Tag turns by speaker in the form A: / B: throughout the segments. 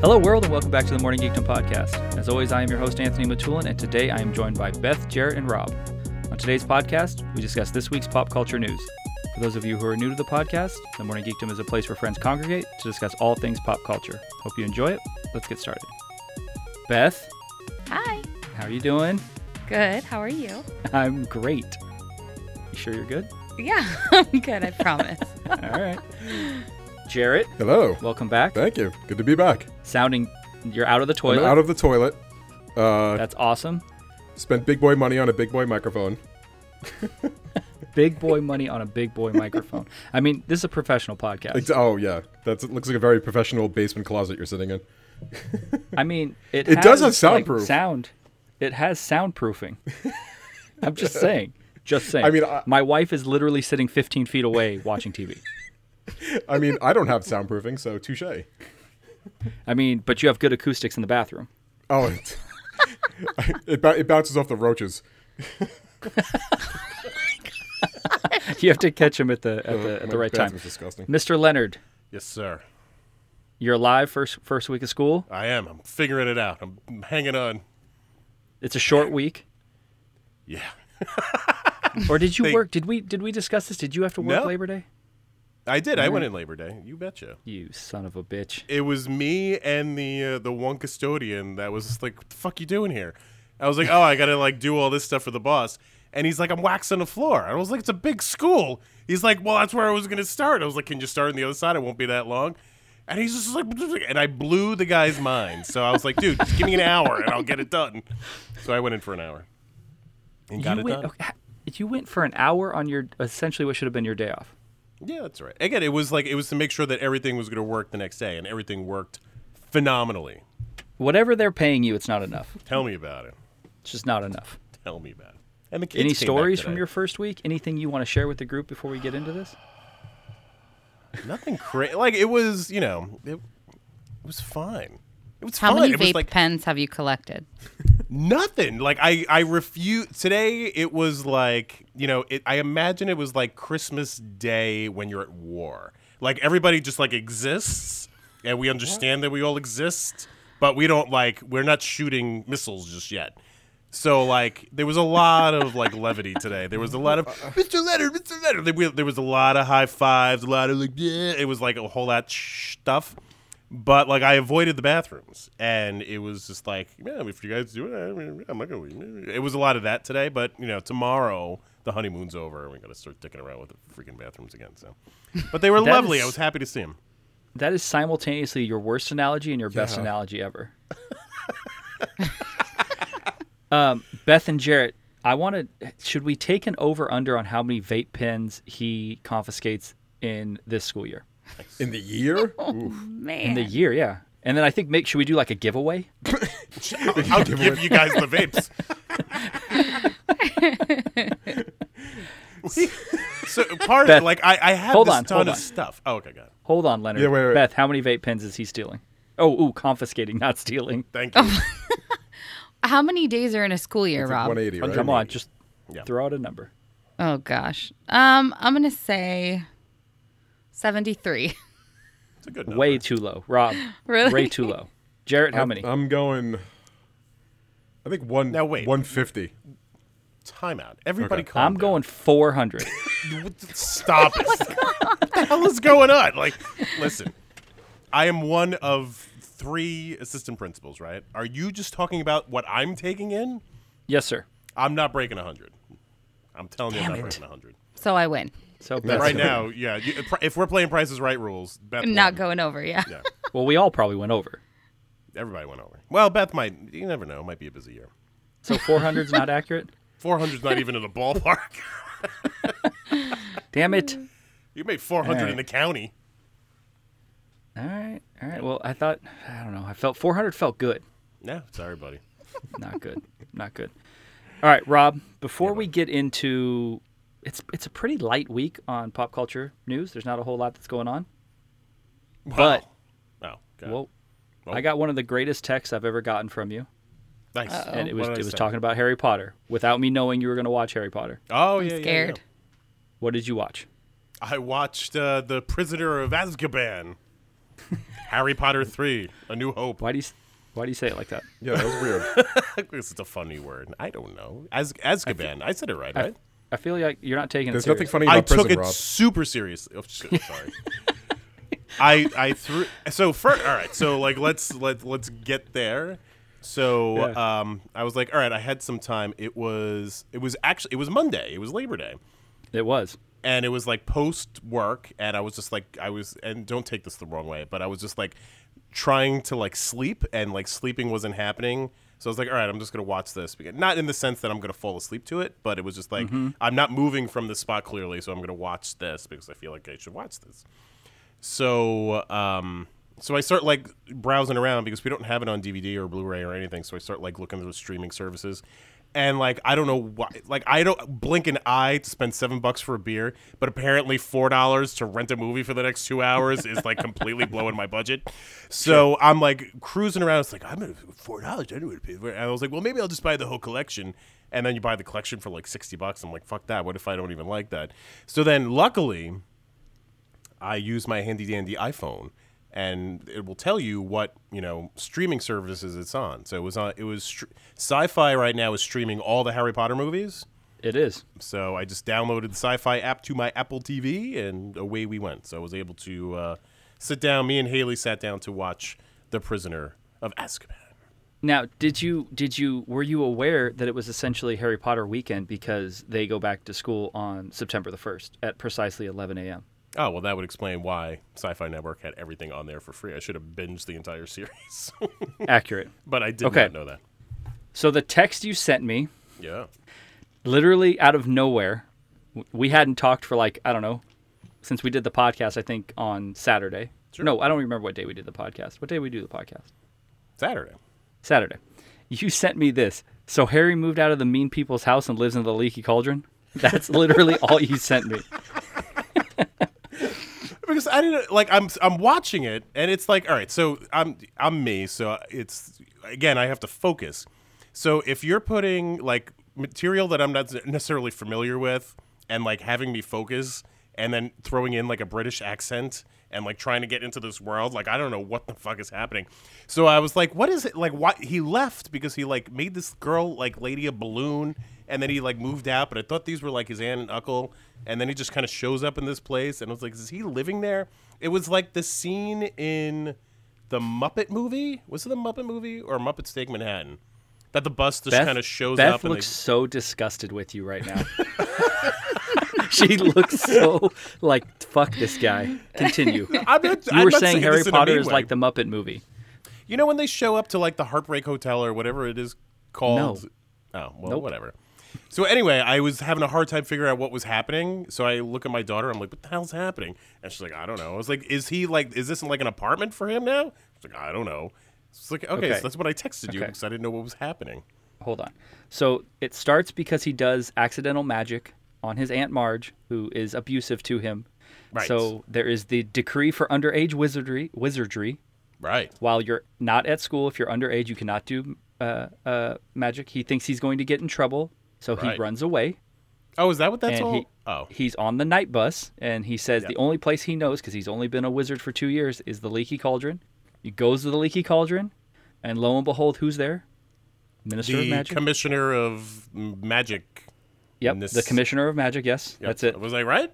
A: Hello, world, and welcome back to the Morning Geekdom podcast. As always, I am your host, Anthony Matulin, and today I am joined by Beth, Jarrett, and Rob. On today's podcast, we discuss this week's pop culture news. For those of you who are new to the podcast, the Morning Geekdom is a place where friends congregate to discuss all things pop culture. Hope you enjoy it. Let's get started. Beth,
B: Hi.
A: how are you doing?
B: Good. How are you?
A: I'm great. You sure you're good?
B: Yeah, I'm good. I promise.
A: All right. Jarrett,
C: Hello.
A: welcome back.
C: Thank you. Good to be back.
A: Sounding, you're out of the
C: I'm
A: toilet.
C: out of the toilet. Uh,
A: That's awesome.
C: spent big boy money on a big boy microphone.
A: Big boy money on a big boy microphone. I mean, this is a professional podcast.
C: Ex- oh yeah, that looks like a very professional basement closet you're sitting in.
A: I mean, it
C: It
A: has,
C: does have
A: like,
C: soundproof.
A: sound. It has soundproofing. I'm just saying. Just saying.
C: I mean, I-
A: my wife is literally sitting 15 feet away watching TV.
C: I mean, I don't have soundproofing, so touche.
A: I mean, but you have good acoustics in the bathroom.
C: Oh, it, it, bou- it bounces off the roaches.
A: You have to catch him at the at the, at
C: My
A: the right time.
C: bathroom's disgusting.
A: Mr. Leonard,
D: Yes, sir.
A: you're alive first first week of school.
D: I am. I'm figuring it out. I'm I'm hanging on.
A: It's a short week.
D: Yeah.
A: Or did you
D: They-
A: work? Did we did we discuss this? Did you have to work
D: No.
A: Labor Day?
D: I did. I went
A: Mm-hmm.
D: in Labor Day. You betcha.
A: You son of a bitch.
D: It was me and the uh, the one custodian that was just like, "What the fuck you doing here?" I was like, "Oh, I gotta like do all this stuff for the boss," and he's like, "I'm waxing the floor." I was like, "It's a big school." He's like, "Well, that's where I was gonna start." I was like, "Can you start on the other side? It won't be that long." And he's just like, and I blew the guy's mind. So I was like, "Dude, just give me an hour and I'll get it done." So I went in for an hour and got
A: you
D: it
A: went,
D: done.
A: okay, ha- you went for an hour on your essentially what should have been your day off.
D: Yeah, that's right. Again, it was like it was to make sure that everything was going to work the next day, and everything worked phenomenally.
A: Whatever they're paying you, it's not enough.
D: Tell me about it.
A: It's just not enough.
D: Tell me about it. And the kids
A: Any
D: came back
A: stories from
D: today.
A: your first week? Anything you want to share with the group before we get into this?
D: nothing crazy? Like it was, you know, it, it was fine. It was
B: How
D: fine.
B: many
D: it was
B: vape
D: like
B: pens have you collected?
D: nothing. Like I, I refuse. Today it was like you know, it, I imagine it was like Christmas Day when you're at war. Like everybody just like exists, and we understand that we all exist, but we don't like we're not shooting missiles just yet. So like there was a lot of like levity today. There was a lot of Mr. Leonard, Mr. Leonard. There was- There was a lot of high fives, a lot of like yeah. It was like a whole lot stuff. But like I avoided the bathrooms, and it was just like, yeah, if you guys do it, I mean, I'm not gonna. It was a lot of that today, but you know, tomorrow the honeymoon's over, and we gotta start dicking around with the freaking bathrooms again. So, but they were
A: That
D: lovely.
A: is-
D: I was happy to see them.
A: That is simultaneously your worst analogy and your best
C: Yeah.
A: analogy ever. um, Beth and Jarrett, I want to. Should we take an over under on how many vape pens he confiscates in this school year?
C: In the year, Oof.
A: In
B: Man.
A: the year, yeah. And then I think make should we do like a giveaway?
D: I'll give you guys the vapes. so part
A: Beth,
D: of like I, I have
A: hold
D: this
A: on,
D: ton
A: hold
D: of
A: on.
D: stuff. Oh, okay, got it.
A: Hold on, Leonard.
C: Yeah, wait, wait.
A: Beth, how many vape pens is he stealing? Oh, ooh, confiscating, not stealing.
D: Thank you.
B: How many days are in a school year,
C: It's like
B: Rob?
C: 180. Right?
A: Come on, just
D: Yeah.
A: throw out a number.
B: Oh gosh. Um, I'm gonna say seventy-three.
D: It's a good number.
A: Way too low, Rob.
B: Really?
A: Way too low. Jarrett, how many?
C: I'm going. I think one.
D: Now, wait.
C: 150.
D: timeout. Everybody,
C: Okay.
D: calm
A: I'm
D: down.
A: going 400.
D: Stop it. what the hell is going on? Like, listen, I am one of three assistant principals, right? Are you just talking about what I'm taking in?
A: yes, sir.
D: I'm not breaking 100. I'm telling you, I'm not
A: Damn it.
D: breaking 100.
B: So I win.
A: So Beth,
D: Right now, yeah. You, uh, if we're playing Price is Right rules, Beth
B: I'm not
D: won.
B: going over, yeah.
D: Yeah,
A: well, we all probably went over.
D: everybody went over. Well, Beth might. You never know. It might be a busy year.
A: So 400's not accurate.
D: 400's not even in the ballpark.
A: Damn it.
D: you made 400
A: Alright.
D: in the county.
A: All right, all right. Well, I thought I don't know. I felt 400 felt good.
D: No, sorry, buddy.
A: Not good. Not good. All right, Rob. Before we get into, it's it's a pretty light week on pop culture news. There's not a whole lot that's going on. But
D: Wow. Oh, God.
A: whoa,
D: Well.
A: I got one of the greatest texts I've ever gotten from you.
D: Nice.
A: and it was
D: Oh, What did
A: it
D: I
A: was
D: say?
A: talking about Harry Potter without me knowing you were going to watch Harry Potter.
D: Oh, yeah, yeah, yeah.
B: Scared.
A: What did you watch?
D: I watched uh, The Prisoner of Azkaban. Harry Potter 3, A New Hope.
A: Why do you s- Why do you say it like that?
C: Yeah, that was weird.
D: this is a funny word. I don't know. Az- Azkaban. I, said it right, right?
A: I feel like you're not taking
C: There's
A: it.
C: nothing
A: serious.
C: funny about
D: I took
C: prison,
D: it
C: Rob.
D: super seriously. Oh, shit, sorry. I I threw so first. All right, so like let's let let's get there. So
A: Yeah.
D: um, I was like, all right, I had some time. It was it was actually it was Monday. It was Labor Day.
A: It was.
D: and it was like post work and i was just like i was and don't take this the wrong way but i was just like trying to like sleep and like sleeping wasn't happening so i was like all right i'm just going to watch this Because- not in the sense that i'm going to fall asleep to it but it was just like i'm not moving from this spot clearly so i'm going to watch this because i feel like i should watch this so um so i start like browsing around because we don't have it on dvd or blu-ray or anything so i start like looking through streaming services and like i don't know why like i don't blink an eye to spend seven bucks for a beer but apparently four dollars to rent a movie for the next two hours is like completely blowing my budget so i'm like cruising around it's like i'm gonna four dollars i don't know what to pay for it. and i was like well maybe i'll just buy the whole collection and then you buy the collection for like 60 bucks i'm like fuck that what if i don't even like that so then luckily I use my handy dandy iPhone, and it will tell you what you know streaming services it's on. So it was on. It was str- Sci-Fi right now is streaming all the Harry Potter movies.
A: It is.
D: So I just downloaded the Sci-Fi app to my Apple TV, and away we went. So I was able to uh, sit down. Me and Haley sat down to watch The Prisoner of Azkaban.
A: Now, did you did you were you aware that it was essentially Harry Potter weekend because they go back to school on September the first at precisely 11 a.m.
D: Oh well, that would explain why Sci-Fi Network had everything on there for free. I should have binged the entire series,
A: Accurate.
D: but I did
A: Okay.
D: not know that.
A: So the text you sent me,
D: Yeah.
A: literally out of nowhere, w- we hadn't talked for like I don't know since we did the podcast. I think on Saturday. No, I don't remember what day we did the podcast. What day we do the podcast?
D: Saturday.
A: Saturday. You sent me this. So Harry moved out of the mean people's house and lives in the leaky cauldron. That's literally all you sent me.
D: because I didn't like I'm I'm watching it and it's like all right so I'm I'm me so it's again I have to focus. So if you're putting like material that I'm not necessarily familiar with and like having me focus and then throwing in like a British accent and like trying to get into this world like I don't know what the fuck is happening. So I was like what is it like why he left because he like made this girl like lady a balloon and then he like moved out but i thought these were like his aunt and uncle and then he just kind of shows up in this place and i was like is he living there it was like the scene in the muppet movie was it the muppet movie or muppet's take manhattan that the bus just
A: Beth,
D: kind of shows
A: Beth
D: up and
A: looks so disgusted with you right now. she looks so like fuck this guy. Continue.
D: they, I'm not,
A: You
D: I'm
A: were
D: not
A: saying
D: this
A: Harry
D: in a
A: Potter
D: mean
A: is
D: way.
A: like the Muppet movie.
D: you know when they show up to like the heartbreak hotel or whatever it is called
A: No.
D: Oh, well,
A: Nope.
D: whatever. So anyway, I was having a hard time figuring out what was happening. So I look at my daughter. I'm like, "What the hell's happening?" And she's like, "I don't know." I was like, "Is he like? Is this like an apartment for him now?" She's like, "I don't know." It's like, okay,
A: Okay.
D: so that's what I texted you
A: Okay.
D: because I didn't know what was happening.
A: Hold on. So it starts because he does accidental magic on his Aunt Marge, who is abusive to him.
D: Right.
A: So there is the decree for underage wizardry wizardry.
D: Right.
A: while you're not at school, if you're underage, you cannot do uh, uh, magic. He thinks he's going to get in trouble, so
D: Right.
A: he runs away.
D: Oh, is that what that's
A: and
D: all?
A: he,
D: oh,
A: he's on the night bus, and he says the only place he knows, because he's only been a wizard for two years, is the Leaky Cauldron. He goes to the Leaky Cauldron, and lo and behold, who's there? Minister of
D: the
A: Magic.
D: commissioner of m- magic.
A: yep,
D: this-
A: the Commissioner of Magic. Yes,
D: Yep.
A: that's it.
D: Was I right?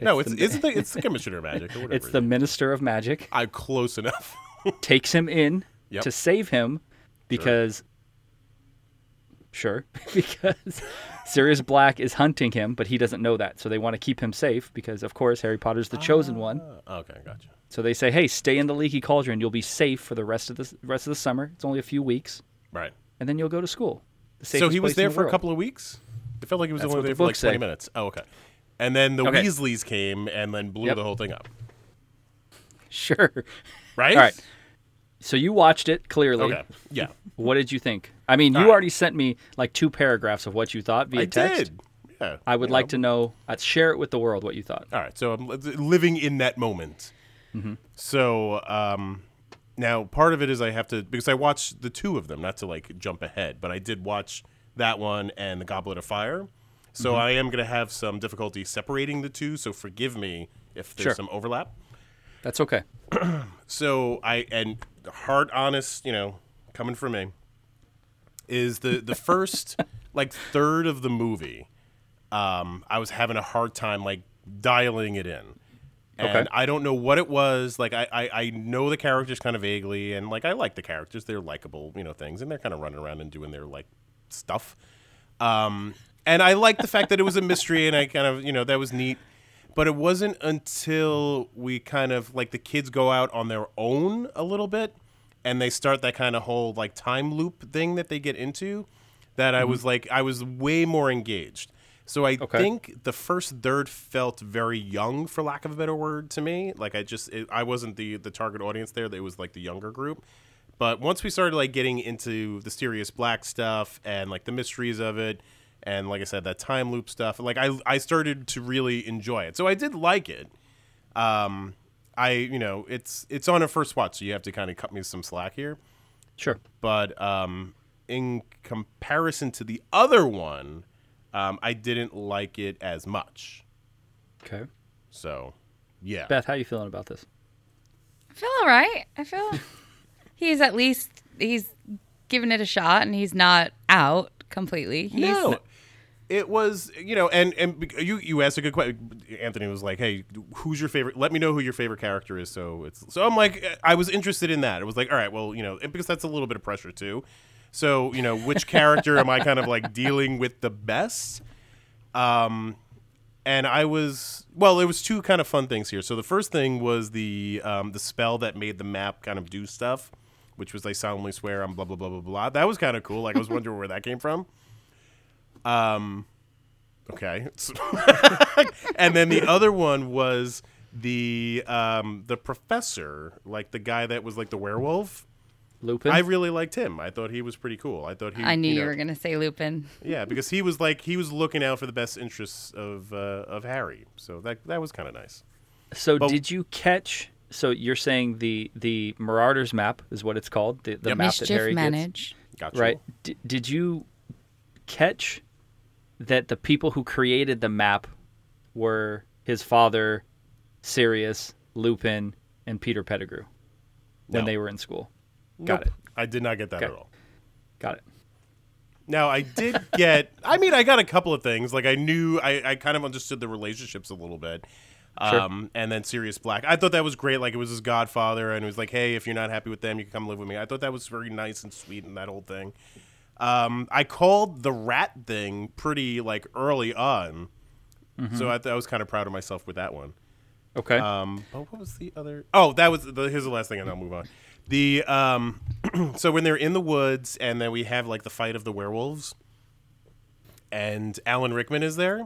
D: no,
A: It's
D: it's
A: the-
D: it's the it's the commissioner of magic. Or whatever
A: It's
D: it
A: the
D: is.
A: Minister of Magic.
D: I'm close enough.
A: takes him in
D: Yep.
A: to save him because sure, because Sirius Black is hunting him, but he doesn't know that. So they want to keep him safe because of course Harry Potter's the
D: Ah.
A: chosen one.
D: okay, gotcha.
A: So they say, "Hey, stay in the leaky cauldron. You'll be safe for the rest of the rest of the summer. It's only a few weeks,
D: Right.
A: and then you'll go to school." The
D: So
A: safest
D: he was
A: place in
D: there
A: the
D: for a
A: world.
D: couple of weeks. It felt like he was
A: That's
D: only
A: what
D: there
A: the
D: for like
A: books
D: twenty
A: say.
D: minutes. Oh, okay. And then the
A: Okay.
D: Weasleys came and then blew
A: Yep.
D: the whole thing up.
A: Sure.
D: Right.
A: All right. So you watched it clearly.
D: Okay. Yeah.
A: What did you think? I mean, you
D: All right.
A: already sent me like two paragraphs of what you thought via
D: I
A: text.
D: did. Yeah.
A: I would like to know. I'd share it with the world what you thought.
D: All right. So I'm li- living in that moment.
A: Mm-hmm.
D: So um, now part of it is I have to because I watched the two of them, not to like jump ahead, but I did watch that one and the Goblet of Fire. So
A: Mm-hmm.
D: I am going to have some difficulty separating the two. So forgive me if there's
A: Sure.
D: some overlap.
A: That's okay.
D: So I and hard honest, you know, coming from me is the the first like third of the movie. Um, I was having a hard time like dialing it in. And
A: Okay.
D: I don't know what it was. Like I, I, I know the characters kind of vaguely and like I like the characters. They're likable, you know, things and they're kind of running around and doing their like stuff. Um, and I like the fact that it was a mystery, and I kind of, you know, that was neat. But it wasn't until we kind of like the kids go out on their own a little bit, and they start that kind of whole like time loop thing that they get into, that I was like, I was way more engaged. So I
A: Okay.
D: think the first third felt very young, for lack of a better word, to me. Like I just, it, I wasn't the the target audience there. It was like the younger group. But once we started like getting into the serious black stuff and like the mysteries of it, and like I said, that time loop stuff, like I I started to really enjoy it. So I did like it. Um, I you know it's it's on a first watch, so you have to kind of cut me some slack here.
A: Sure.
D: But um, in comparison to the other one, um, I didn't like it as much.
A: Okay.
D: So, yeah.
A: Beth, how you feeling about this?
B: I feel all right. I feel he's at least he's giving it a shot and he's not out completely. He's
D: No, it was you know, and and bec- you you asked a good question. Anthony was like, "Hey, who's your favorite? Let me know who your favorite character is." So it's so I'm like, I was interested in that. It was like, all right, well, you know, because that's a little bit of pressure too. So you know, which character am I kind of like dealing with the best? Um, and I was well, there was two kind of fun things here. So the first thing was the um, the spell that made the map kind of do stuff, which was they solemnly swear on blah blah blah blah blah. That was kind of cool. Like I was wondering where that came from. Okay. and then the other one was the um, the professor, like the guy that was like the werewolf.
A: Lupin.
D: I really liked him. I thought he was pretty cool. I thought he.
B: I knew you,
D: know,
B: were gonna say Lupin.
D: Yeah, because he was like he was looking out for the best interests of uh, of Harry. So that that was kind of nice.
A: so did you catch? So you're saying the the Marauders map is what it's called. The, the map that
B: Mischief
A: Harry gets?
B: manage.
D: Gotcha.
A: Right. D- did you catch that the people who created the map were his father, Sirius, Lupin, and Peter Pettigrew when
D: No.
A: they were in school? Got
D: Nope.
A: it.
D: I did not get that
A: Okay.
D: at all.
A: Got it.
D: Now I did get. I mean, I got a couple of things. Like I knew, I, I kind of understood the relationships a little bit.
A: Sure.
D: Um, And then Sirius Black, I thought that was great. Like it was his godfather, and it was like, hey, if you're not happy with them, you can come live with me. I thought that was very nice and sweet, and that whole thing. Um, I called the rat thing pretty like early on, so I, th- I was kind of proud of myself with that one.
A: Okay.
D: Um, but what was the other? Oh, that was the, here's the last thing, and I'll move on. The um, so when they're in the woods, and then we have like the fight of the werewolves, and Alan Rickman is there,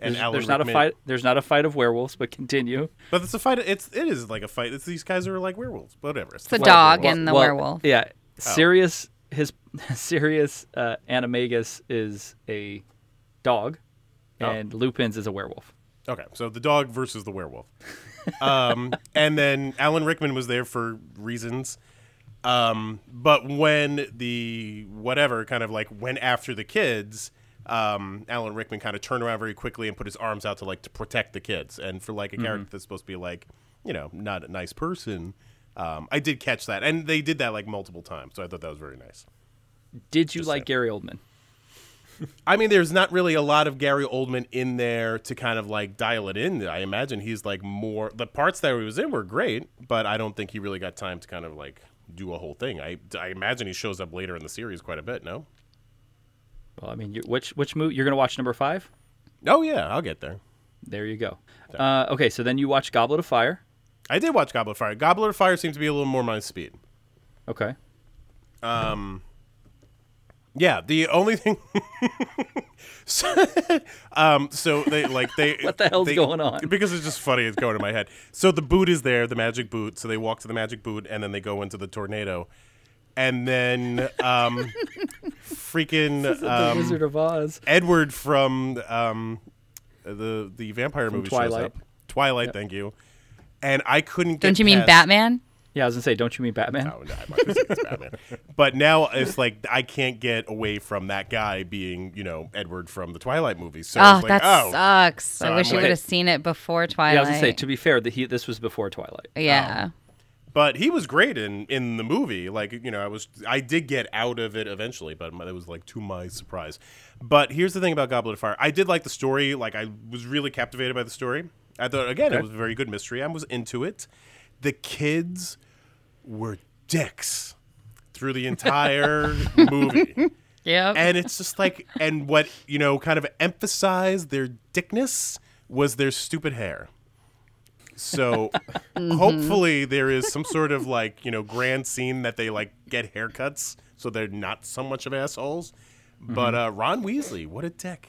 D: and
A: there's
D: Alan
A: there's not a
D: Rickman-
A: fight. There's not a fight of werewolves, but continue.
D: but it's a fight. It's it is like a fight. It's these guys are like werewolves, whatever.
B: It's
D: It's
B: the
D: fight of
B: dog
D: werewolves.
B: and the
A: Well,
B: werewolf.
A: Yeah,
D: Oh.
A: Sirius. His Sirius uh, Animagus is a dog,
D: Oh.
A: and Lupin's is a werewolf.
D: Okay, so the dog versus the werewolf. Um, and then Alan Rickman was there for reasons. Um, but when the whatever kind of like went after the kids, um, Alan Rickman kind of turned around very quickly and put his arms out to like to protect the kids. And for like a character that's supposed to be like, you know, not a nice person, um, I did catch that. And they did that like multiple times. So I thought that was very nice.
A: Did you like Gary Oldman?
D: I mean, there's not really a lot of Gary Oldman in there to kind of like dial it in. I imagine he's like more. The parts that he was in were great, but I don't think he really got time to kind of like do a whole thing. I, I imagine he shows up later in the series quite a bit. No.
A: Well, I mean, you, which which movie you're gonna watch number five?
D: Oh yeah, I'll get there.
A: There you go. Uh, okay, so then you watch Goblet of Fire.
D: I did watch Goblet of Fire. Goblet of Fire seems to be a little more my speed.
A: Okay.
D: Yeah, the only thing. so, um, so they like they.
A: What the hell's
D: they-
A: going on?
D: Because it's just funny. It's going to my head. So the boot is there, the magic boot. So they walk to the magic boot, and then they go into the tornado, and then um, freaking um,
A: Wizard of Oz.
D: Edward from um, the the vampire movie shows
A: Twilight.
D: up. Twilight, thank you. And I couldn't.
B: Don't
D: get
B: you mean
D: past-
B: Batman?
A: Yeah, I was gonna say, don't you mean Batman?
D: Oh, no, I might have said it's Batman. But now it's like I can't get away from that guy being, you know, Edward from the Twilight movies. So
B: Oh,
D: it's like,
B: that
D: oh,
B: sucks. I
D: I'm
B: wish you
D: like-
B: would have seen it before Twilight.
A: Yeah, I was gonna say. To be fair, the, he, this was before Twilight.
B: Yeah.
D: Oh. but he was great in in the movie like you know i was i did get out of it eventually but my- that was like to my surprise but here's the thing about goblet of fire i did like the story like i was really captivated by the story i thought again it was a very good mystery i was into it the kids were dicks through the entire movie
B: Yep.
D: and it's just like and what you know kind of emphasized their dickness was their stupid hair so hopefully there is some sort of like you know grand scene that they like get haircuts so they're not so much of assholes but uh, ron weasley what a dick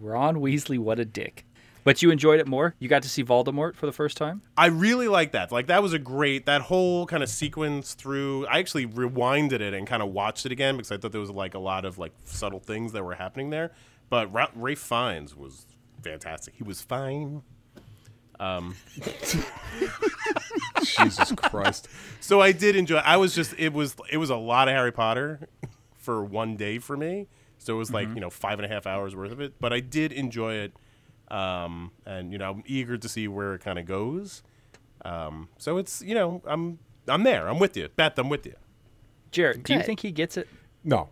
A: Ron Weasley, what a dick. But you enjoyed it more. You got to see Voldemort for the first time.
D: I really like that. Like that was a great that whole kind of sequence through. I actually rewinded it and kind of watched it again because I thought there was like a lot of like subtle things that were happening there. But Ra- Ray Fiennes was fantastic. He was fine.
C: Jesus Christ.
D: So I did enjoy. I was just it was it was a lot of Harry Potter for one day for me. So it was like you know five and a half hours worth of it. But I did enjoy it, um, and you know I'm eager to see where it kind of goes. Um, so it's you know I'm I'm there. I'm with you, Beth. I'm with you.
A: Jared, do you
B: Good.
A: think he gets it?
C: No.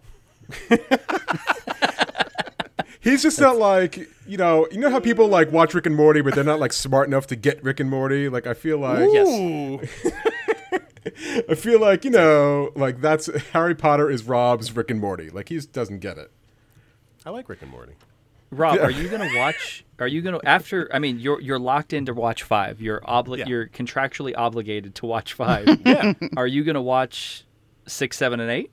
C: He's just not like you know you know how people like watch Rick and Morty, but they're not like smart enough to get Rick and Morty. Like I feel like
D: Yes.
C: I feel like you know like that's Harry Potter is Rob's Rick and Morty. Like he just doesn't get it.
D: I like Rick and Morty.
A: Rob, are you gonna watch? Are you gonna after? I mean, you're you're locked in to watch five. You're obli-
D: Yeah.
A: You're contractually obligated to watch five.
D: Yeah.
A: Are you gonna watch six, seven, and eight?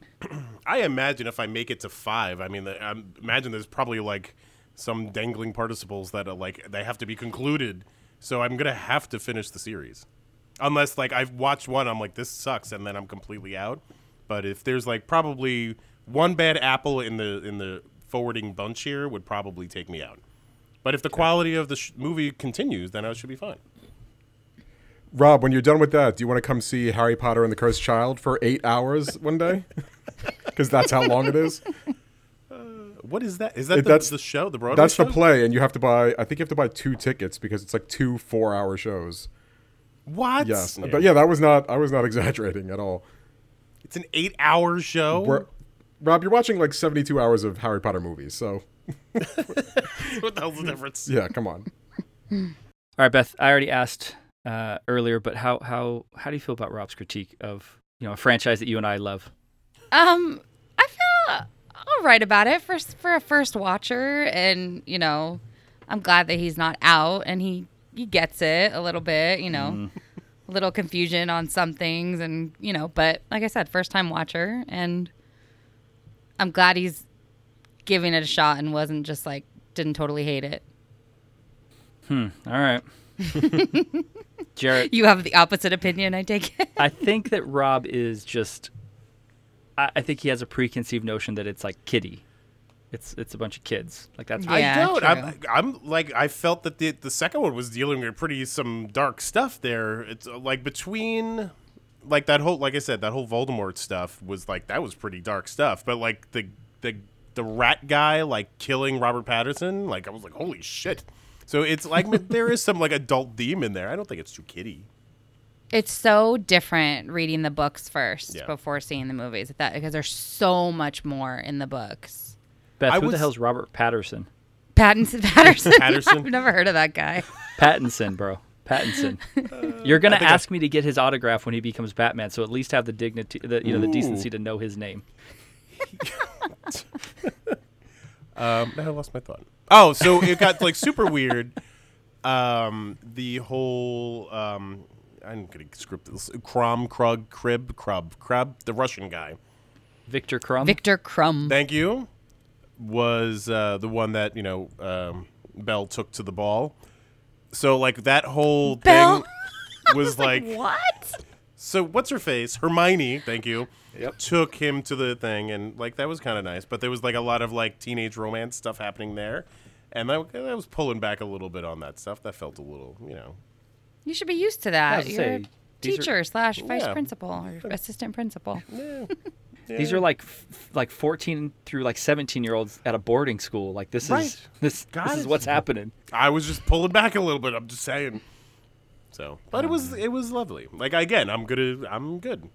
D: I imagine if I make it to five, I mean, the- I imagine there's probably like some dangling participles that are like they have to be concluded. So I'm gonna have to finish the series, unless like I've watched one, I'm like this sucks, and then I'm completely out. But if there's like probably one bad apple in the in the forwarding bunch here, would probably take me out. But if the quality of the sh- movie continues, then I should be fine.
C: Rob, when you're done with that, do you want to come see Harry Potter and the Cursed Child for eight hours one day? Because that's how long it is.
D: What is that? Is that
C: If
D: the,
C: that's-
D: the show? The Broadway
C: That's the
D: show?
C: play, and you have to buy. I think you have to buy two tickets because it's like two four-hour shows.
D: What?
C: Yes, but yeah, that was not. I was not exaggerating at all.
D: it's an eight-hour show.
C: We're, Rob, you're watching like 72 hours of Harry Potter movies, so
D: what the hell's the difference?
C: yeah, come on.
A: All right, Beth. I already asked uh, earlier, but how how how do you feel about Rob's critique of you know a franchise that you and I love?
B: Um, I feel all right about it for for a first watcher, and you know, I'm glad that he's not out and he he gets it a little bit. You know,
A: Mm.
B: a little confusion on some things, and you know, but like I said, first time watcher, and I'm glad he's giving it a shot and wasn't just like didn't totally hate it.
A: All right, Jared.
B: You have the opposite opinion, I take it.
A: I think that Rob is just. I, I think he has a preconceived notion that it's like kiddie. It's it's a bunch of kids. Like that's
B: Yeah.
D: I don't. I'm,
B: true.
D: I'm like I felt that the the second one was dealing with pretty some dark stuff there. It's uh, like between like that whole like I said that whole Voldemort stuff was like that was pretty dark stuff. But like the the the rat guy like killing Robert Patterson, like I was like holy shit. So it's like there is some like adult theme in there. I don't think it's too kiddie.
B: It's so different reading the books first
D: Yeah.
B: before seeing the movies. if That because there's so much more in the books.
A: Beth.
D: I
A: who the
D: was-
A: hell's Robert Patterson?
B: Pattinson, Patterson.
D: Patterson.
B: I've never heard of that guy.
A: Pattinson, bro. Pattinson. You're gonna
D: think I-
A: ask me to get his autograph when he becomes Batman, so at least have the dignity, the, you know, the decency to know his name.
D: Um, I lost my thought. Oh, so it got like super weird. Um, the whole um, I'm gonna script this. Crom, Krug, Crib, Krub, Crab, the Russian guy.
A: Victor Crumb.
B: Victor Crumb.
D: Thank you. Was uh, the one that you know um, Bell took to the ball. So like that whole
B: Belle?
D: thing was, like,
B: what?
D: so what's her face Hermione? Thank you.
C: Yep.
D: Took him to the thing and like that was kind of nice, but there was like a lot of like teenage romance stuff happening there, and that I was pulling back a little bit on that stuff. That felt a little you know
B: You should be used to
A: I
B: that.
A: was gonna
B: You're
A: say, These are-
B: teacher slash vice
D: Yeah.
B: principal or assistant principal.
A: These are like f- like 14 through like 17 year olds at a boarding school. Like this
D: Right.
A: is this
D: Got
A: this is
D: it.
A: what's happening.
D: I was just pulling back a little bit. I'm just saying. So, but it was it was lovely. Like again, I'm good. I'm good.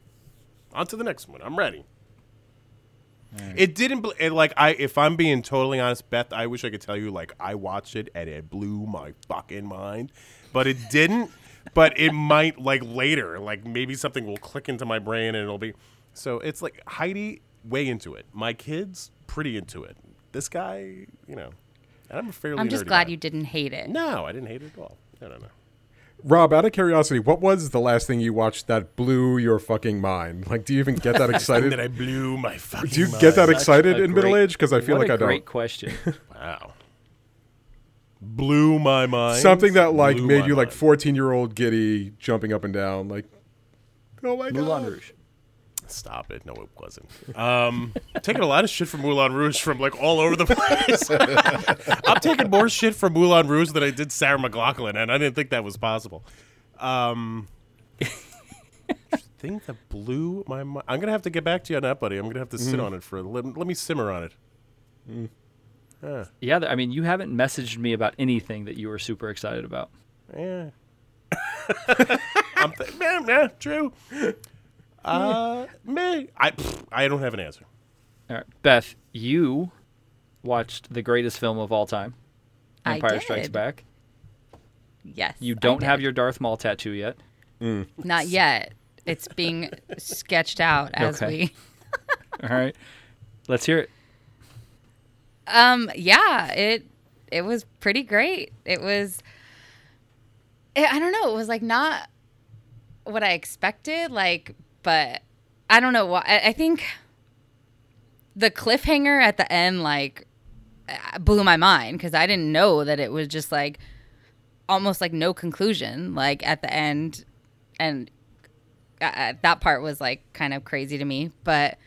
D: On to the next one. I'm ready. It didn't bl- it, like I. If I'm being totally honest, Beth, I wish I could tell you like I watched it and it blew my fucking mind, but it didn't. but it might like later, like maybe something will click into my brain and it'll be. So it's like Heidi way into it. My kids pretty into it. This guy, you know, and I'm a fairly.
B: I'm just
D: nerdy
B: glad
D: guy.
B: you didn't hate it.
D: No, I didn't hate it at all. I don't know.
C: Rob, out of curiosity, what was the last thing you watched that blew your fucking mind? Like, do you even get that
D: And then
C: excited?
D: I blew my fucking.
C: Do you get that
D: mind.
C: excited
A: a
C: in middle
A: great-
C: age? Because I feel
A: what
C: like
A: a
C: I don't.
A: Great question.
D: Wow. Blew my mind.
C: Something that like
D: Blew
C: made
D: my
C: you like
D: mind.
C: fourteen year old giddy jumping up and down, like, oh my
A: Moulin
C: god.
A: Rouge.
D: Stop it! No, it wasn't. Um, taking a lot of shit from Moulin Rouge from like all over the place. I'm taking more shit from Moulin Rouge than I did Sarah McLaughlin, and I didn't think that was possible. Um, thing that blew my mind. I'm gonna have to get back to you on that, buddy. I'm gonna have to sit
C: Mm-hmm.
D: on it for a let, let me simmer on it.
A: Yeah, th- I mean, you haven't messaged me about anything that you were super excited about.
D: Yeah. I'm th- yeah, yeah, true. Uh, meh. I pff, I don't have an answer.
A: All right, Beth, you watched the greatest film of all time,
B: I
A: Empire Strikes
B: did.
A: Back.
B: Yes.
A: You
B: I
A: don't
B: did.
A: have your Darth Maul tattoo yet.
B: Not yet. It's being sketched out as
A: Okay.
B: we.
A: All right, let's hear it.
B: Um. Yeah. It. It was pretty great. It was. It, I don't know. It was like not what I expected. Like, but I don't know why. I, I think the cliffhanger at the end like uh, blew my mind because I didn't know that it was just like almost like no conclusion like at the end, and uh, that part was like kind of crazy to me, but.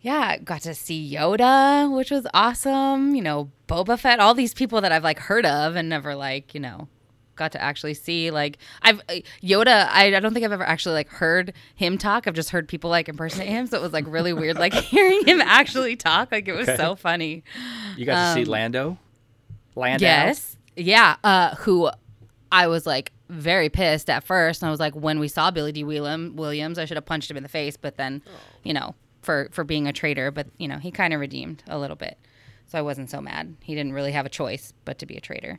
B: Yeah, got to see Yoda, which was awesome. You know, Boba Fett, all these people that I've like heard of and never like, you know, got to actually see. Like, I've uh, Yoda, I, I don't think I've ever actually like heard him talk. I've just heard people like impersonate him. So it was like really weird, like hearing him actually talk. Like, it was so funny.
A: You got to see Lando. Lando.
B: Um, Yes. Yeah. Uh, who I was like very pissed at first, and I was like, when we saw Billy D. Wheelam, Williams, I should have punched him in the face, but then, you know, for for being a traitor, but you know, he kind of redeemed a little bit, so I wasn't so mad. He didn't really have a choice but to be a traitor.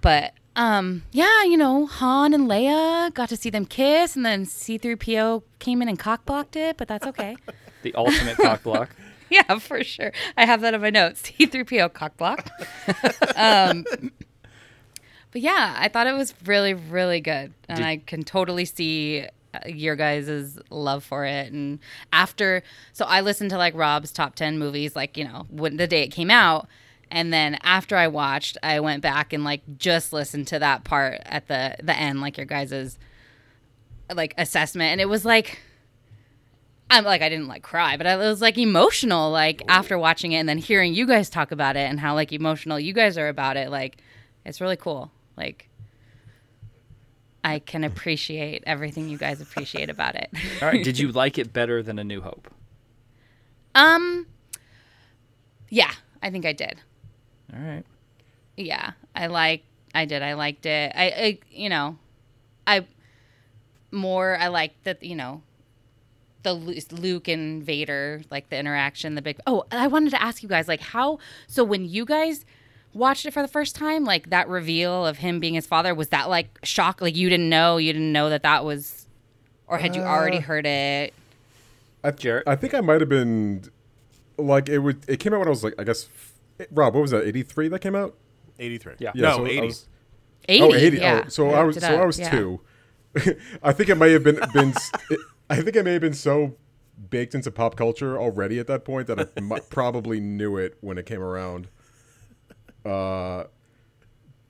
B: But um, yeah, you know, Han and Leia got to see them kiss, and then C-3PO came in and cockblocked it, but that's okay.
A: The ultimate cock block.
B: yeah, for sure. I have that in my notes. C3PO cock block. um, but yeah, I thought it was really, really good. And
A: Did-
B: I can totally see uh, your guys' love for it. And after, so I listened to like Rob's top 10 movies, like, you know, when the day it came out. And then after I watched, I went back and like just listened to that part at the the end, like your guys's like assessment. And it was like, I'm like I didn't like cry, but I was like emotional like after watching it and then hearing you guys talk about it and how like emotional you guys are about it. Like it's really cool. Like I can appreciate everything you guys appreciate about it.
A: All right, did you like it better than A New Hope?
B: Um yeah, I think I did.
A: All right.
B: yeah i like i did i liked it i, I you know i more i liked that you know the Lu- luke and vader like the interaction the big oh i wanted to ask you guys like how so when you guys watched it for the first time like that reveal of him being his father was that like shock like you didn't know you didn't know that that was or had you already heard it
C: I,
A: Jarrett?
C: I think I might have been, like, it would. It came out when I was like, I guess, f- Rob, what was that? Eighty three that came out.
D: 83.
A: Yeah.
C: Yeah,
D: no,
C: so I
D: 80.
C: was-
B: 80,
C: Oh, 80.
B: yeah
C: Oh, so I
B: looked
C: was
B: it
C: so
B: up,
C: I was
B: yeah.
C: two. I think it may have been been. s- I think it may have been so baked into pop culture already at that point that I mu- probably knew it when it came around. Uh,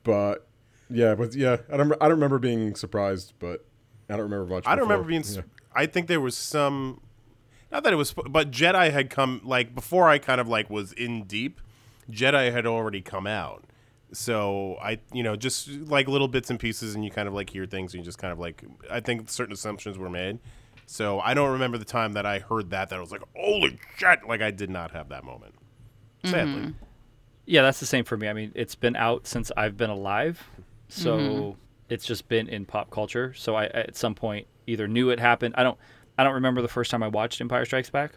C: but yeah, but yeah, I don't. I don't remember being surprised, but I don't remember much.
D: I don't remember
C: before.
D: being. s
C: Yeah.
D: I I think there was some. Not that it was, sp- but Jedi had come like before. I kind of like was in deep. Jedi had already come out, So I, you know, just like little bits and pieces, and you kind of like hear things, and you just kind of like, I think certain assumptions were made. So I don't remember the time that I heard that that I was like, holy shit! Like I did not have that moment. Sadly,
A: Yeah, that's the same for me. I mean, it's been out since I've been alive, so
B: Mm-hmm.
A: it's just been in pop culture. So I at some point either knew it happened. I don't I don't remember the first time I watched Empire Strikes Back.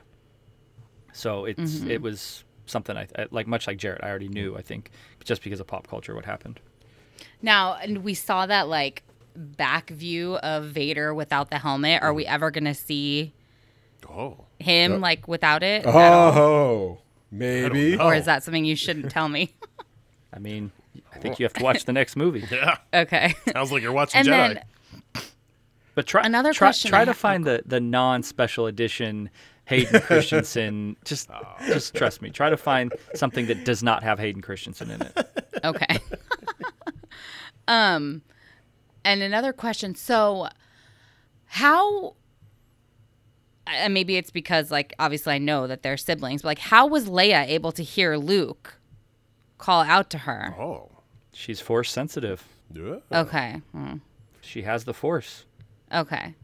A: So it's
B: Mm-hmm.
A: it was something I, I like much like Jarrett. I already knew. I think just because of pop culture, what happened.
B: Now, and we saw that like back view of Vader without the helmet. Are we ever gonna see Mm-hmm.
D: oh,
B: him like without it? at all?
C: Oh, maybe.
D: know.
B: Or is that something you shouldn't tell me?
A: I mean, I think you have to watch the next movie.
D: yeah,
B: okay.
D: sounds like you're watching
B: and
D: Jedi.
B: then
A: But try
B: Another
A: try,
B: question
A: try
B: I
A: to
B: have-
A: find the the non special edition Hayden Christensen. just just trust me. Try to find something that does not have Hayden Christensen in it.
B: okay. um, and another question. So, how? And maybe it's because, like, obviously I know that they're siblings, but like, how was Leia able to hear Luke call out to her?
D: oh,
A: She's force sensitive.
D: yeah.
B: Okay. Mm.
A: She has the force.
B: Okay.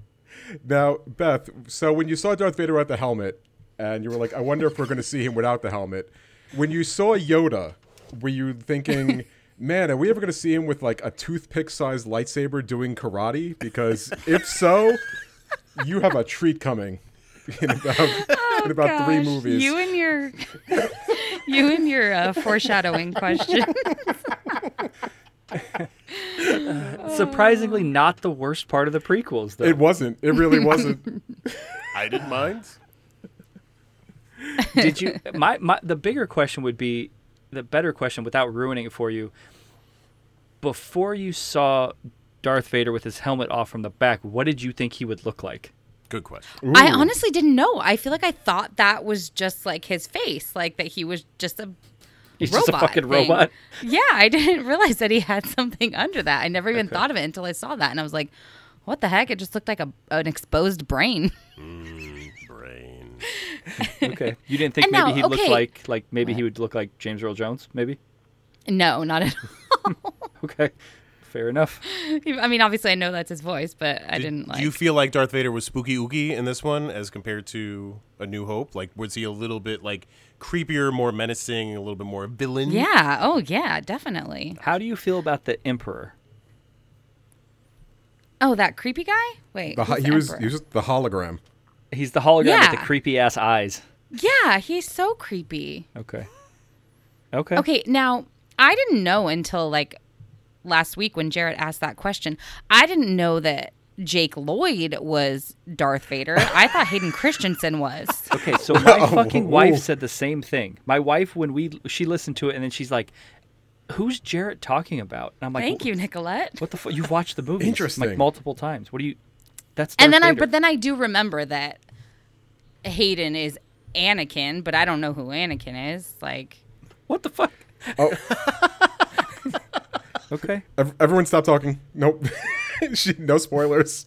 C: Now, Beth, so when you saw Darth Vader without the helmet, and you were like, I wonder if we're going to see him without the helmet, when you saw Yoda, were you thinking, man, are we ever going to see him with like a toothpick sized lightsaber doing karate? Because if so, you have a treat coming in about, in about three
B: Oh, Gosh,
C: movies.
B: You and your, you and your uh, foreshadowing question.
A: Surprisingly, not the worst part of the prequels, though.
C: it wasn't. It really wasn't.
D: I didn't mind.
A: Did you? My, my the bigger question would be the better question without ruining it for you. Before you saw Darth Vader with his helmet off from the back, what did you think he would look like?
D: Good question.
B: I honestly didn't know. I feel like I thought that was just like his face, like that he was just a
A: He's
B: robot.
A: just a fucking
B: thing.
A: robot.
B: Yeah, I didn't realize that he had something under that. I never even thought of it until I saw that, and I was like, "What the heck?" It just looked like a, an exposed brain.
D: Brain.
A: Okay, you didn't think
B: And
A: maybe
B: now-
A: he looked
B: okay.
A: like like maybe he would look like James Earl Jones? Maybe.
B: No, not at all.
A: Okay, fair enough.
B: I mean, obviously, I know that's his voice, but I didn't like.
D: Do you feel like Darth Vader was spooky ooky in this one as compared to A New Hope? Like, was he a little bit like creepier, more menacing, a little bit more villain?
B: yeah. Oh, yeah. Definitely.
A: How do you feel about the Emperor?
B: Oh, that creepy guy. Wait.
C: The, ho-
B: who's
C: he, was,
B: emperor?
C: he was the hologram.
A: He's the hologram with
B: Yeah.
A: the creepy ass eyes.
B: Yeah, he's so creepy.
A: Okay. Okay.
B: Okay, now I didn't know until like last week when Jarrett asked that question. I didn't know that Jake Lloyd was Darth Vader. I thought Hayden Christensen was.
A: Okay, so my fucking wife
C: Ooh.
A: said the same thing. My wife, when we she listened to it, and then she's like, "Who's Jarrett talking about?" And I'm like,
B: Thank you, Nicolette.
A: What the fuck? You've watched the movie like
C: Interesting.
A: multiple times. What do you? That's Darth
B: And then I
A: Vader.
B: but then I do remember that Hayden is Anakin, but I don't know who Anakin is. Like
A: what the fuck?
C: Oh.
A: okay.
C: Ev- Everyone stop talking. Nope. she, no spoilers.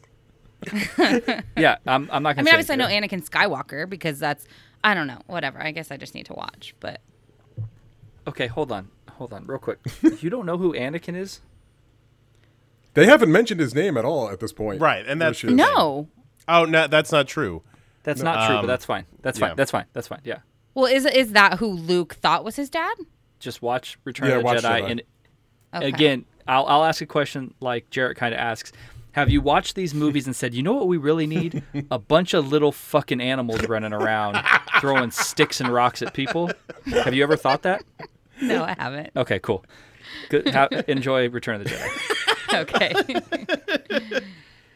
A: Yeah, I'm. I'm not gonna.
B: I mean,
A: say
B: obviously I know
A: anything.
B: Anakin Skywalker because that's I don't know, whatever. I guess I just need to watch, but
A: Okay, hold on, hold on, real quick. you don't know who Anakin is?
C: They haven't mentioned his name at all at this point.
D: Right, and that's-
C: Which is-
B: no.
D: Oh, no, that's not true.
A: That's not true, but
D: Um,
A: that's fine. That's
D: yeah.
A: fine. That's fine. That's fine. Yeah.
B: Well, is is that who Luke thought was his dad?
A: Just watch Return
C: Yeah,
A: of the
C: watch
A: Jedi,
C: Jedi.
A: and
B: Okay.
A: again, I'll, I'll ask a question like Jarrett kind of asks. Have you watched these movies and said, you know what we really need? A bunch of little fucking animals running around throwing sticks and rocks at people. Have you ever thought that?
B: No, I haven't.
A: Okay, cool. Good. Ha- enjoy Return of the Jedi.
B: Okay.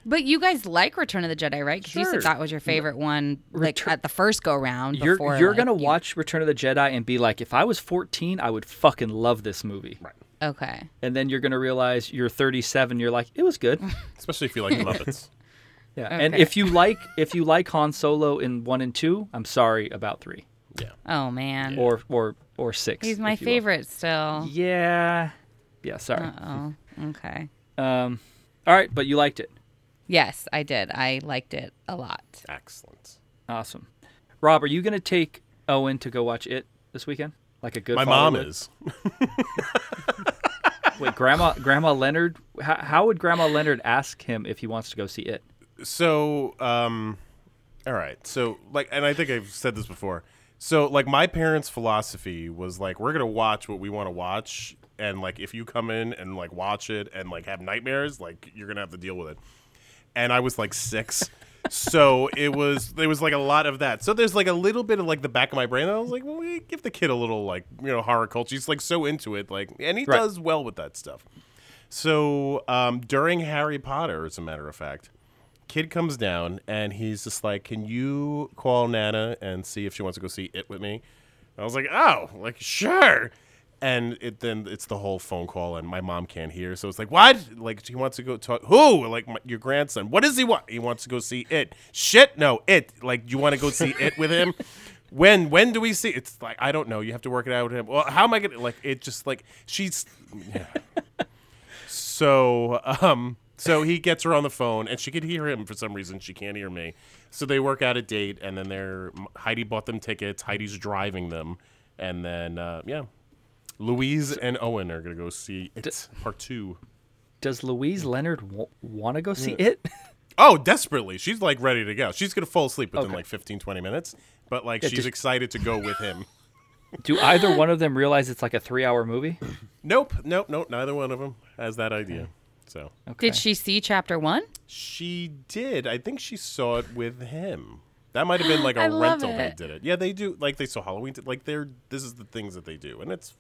B: but you guys like Return of the Jedi, right? Because you
A: Sure.
B: said that was your favorite one, like
A: Return-
B: at the first go round.
A: You're
B: before,
A: you're
B: like,
A: gonna
B: you-
A: watch Return of the Jedi and be like, if I was 14, I would fucking love this movie.
B: Okay.
A: And then you're gonna realize you're 37. You're like, it was good.
D: Especially if you like the Muppets.
A: Yeah. And
B: Okay.
A: if you like if you like Han Solo in one and two, I'm sorry about three
B: Oh man,
A: or or or six.
B: he's my
A: if you will.
B: favorite still.
A: Yeah. Yeah, sorry.
B: Oh, okay.
A: Um all right, but you liked it.
B: Yes, I did. I liked it a lot.
D: Excellent.
A: Awesome. Rob, are you going to take Owen to go watch it this weekend? Like a good
D: My mom
A: follow-up?
D: is.
A: Wait, Grandma Grandma Leonard. How, how would Grandma Leonard ask him if he wants to go see it?
D: so um all right so like and i think i've said this before so like my parents philosophy was like we're gonna watch what we want to watch and like if you come in and like watch it and like have nightmares like you're gonna have to deal with it and i was like six so it was there was like a lot of that so there's like a little bit of like the back of my brain that i was like well we give the kid a little like you know horror culture he's like so into it like and he
A: Right.
D: does well with that stuff so um, during Harry Potter, as a matter of fact, kid comes down and he's just like, "Can you call Nana and see if she wants to go see it with me?" And I was like, "Oh, like sure." And it then it's the whole phone call and my mom can't hear, so it's like, "What?" Like she wants to go talk. Who? Like my, your grandson? What does he want? He wants to go see it. Shit, no, it. Like you want to go see it with him? When when do we see? It's like I don't know. You have to work it out with him. Well, how am I gonna like? It just like she's. So, um, so he gets her on the phone, and she could hear him for some reason. She can't hear me. So they work out a date, and then they're Heidi bought them tickets. Heidi's driving them, and then uh, yeah, Louise and Owen are gonna go see it part two.
A: Does Louise Leonard w- want to go see it?
D: Oh, desperately. She's like ready to go. She's gonna fall asleep within
A: Okay.
D: like 15, 20 minutes. But like she's
A: just-
D: excited to go with him.
A: Do either one of them realize it's like a three-hour movie?
D: nope, nope, nope. Neither one of them has that idea. So
A: Okay.
B: Did she see chapter one?
D: She did. I think she saw it with him. That might have been like a
B: I love
D: rental they
B: it.
D: did it. Yeah, they do. Like they saw Halloween. did- Like they're this is the things that they do, and it's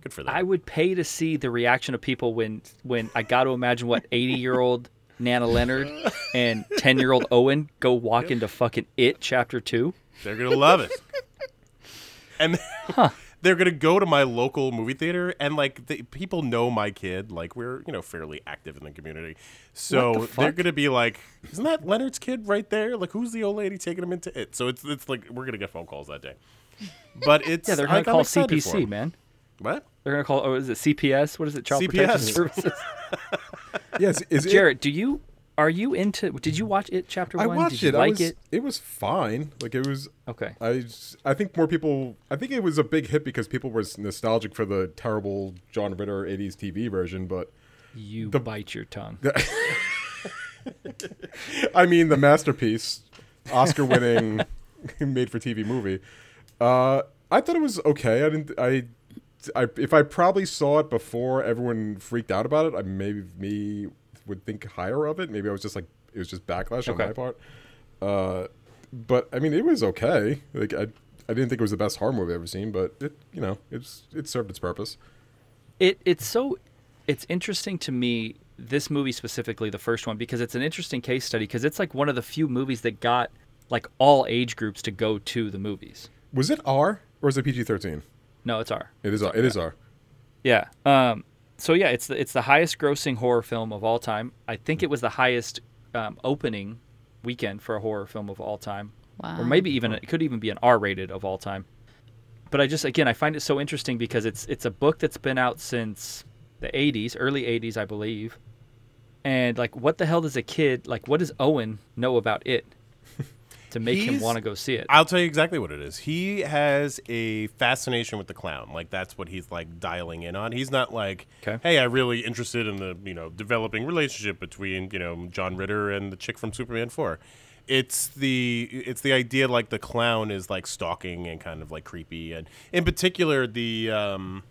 D: good for them.
A: I would pay to see the reaction of people when when I got to imagine what 80-year-old Nana Leonard and 10-year-old Owen go walk into fucking It Chapter 2.
D: they're gonna love it. And they're gonna go to my local movie theater, and like the, people know my kid. Like we're you know fairly active in the community, so
A: the
D: they're
A: fuck?
D: gonna be like, "Isn't that Leonard's kid right there? Like who's the old lady taking him into it?" So it's it's like we're gonna get phone calls that day. But it's
A: Yeah, they're going
D: like,
A: to
D: I'm
A: call
D: excited for
A: CPC,
D: 'em.
A: man.
D: What?
A: They're going to call oh is it CPS? What is it? Child Protection
D: CPS.
A: Services.
C: Yes, is it-
A: Jarrett, do you are you into did you watch It Chapter 1?
C: I watched
A: did you
C: it. I
A: like
C: was,
A: it?
C: was fine. Like it was.
A: Okay.
C: I s- I think more people. I think it was a big hit because people were nostalgic for the terrible John Ritter '80s TV version. But
A: You bite your tongue.
C: I mean, the masterpiece, Oscar-winning, made-for-TV movie. Uh, I thought it was okay. I didn't. I, I if I probably saw it before everyone freaked out about it, I maybe me would think higher of it. Maybe I was just like it was just backlash on
A: Okay.
C: my part. Uh, but I mean, it was okay. Like I, I didn't think it was the best horror movie I've ever seen, but it, you know, it's it served its purpose.
A: it it's so it's interesting to me this movie specifically the first one because it's an interesting case study because it's like one of the few movies that got like all age groups to go to the movies
C: Was it R or is it PG thirteen?
A: no it's r
C: It is R. It is R.
A: yeah um so yeah it's the it's the highest grossing horror film of all time i think it was the highest um, opening weekend for a horror film of all time
B: Wow.
A: or maybe even it could even be an r rated of all time but I just again I find it so interesting because it's it's a book that's been out since the 80s, early 80s I believe. And like what the hell does a kid like what does Owen know about it to make him
D: He's-
A: want to go see it?
D: I'll tell you exactly what it is. He has a fascination with the clown. Like that's what he's like dialing in on. He's not like,
A: 'Kay.
D: hey, I'm really interested in the you know developing relationship between you know John Ritter and the chick from Superman Four. It's the it's the idea like the clown is like stalking and kind of like creepy, and in particular the um,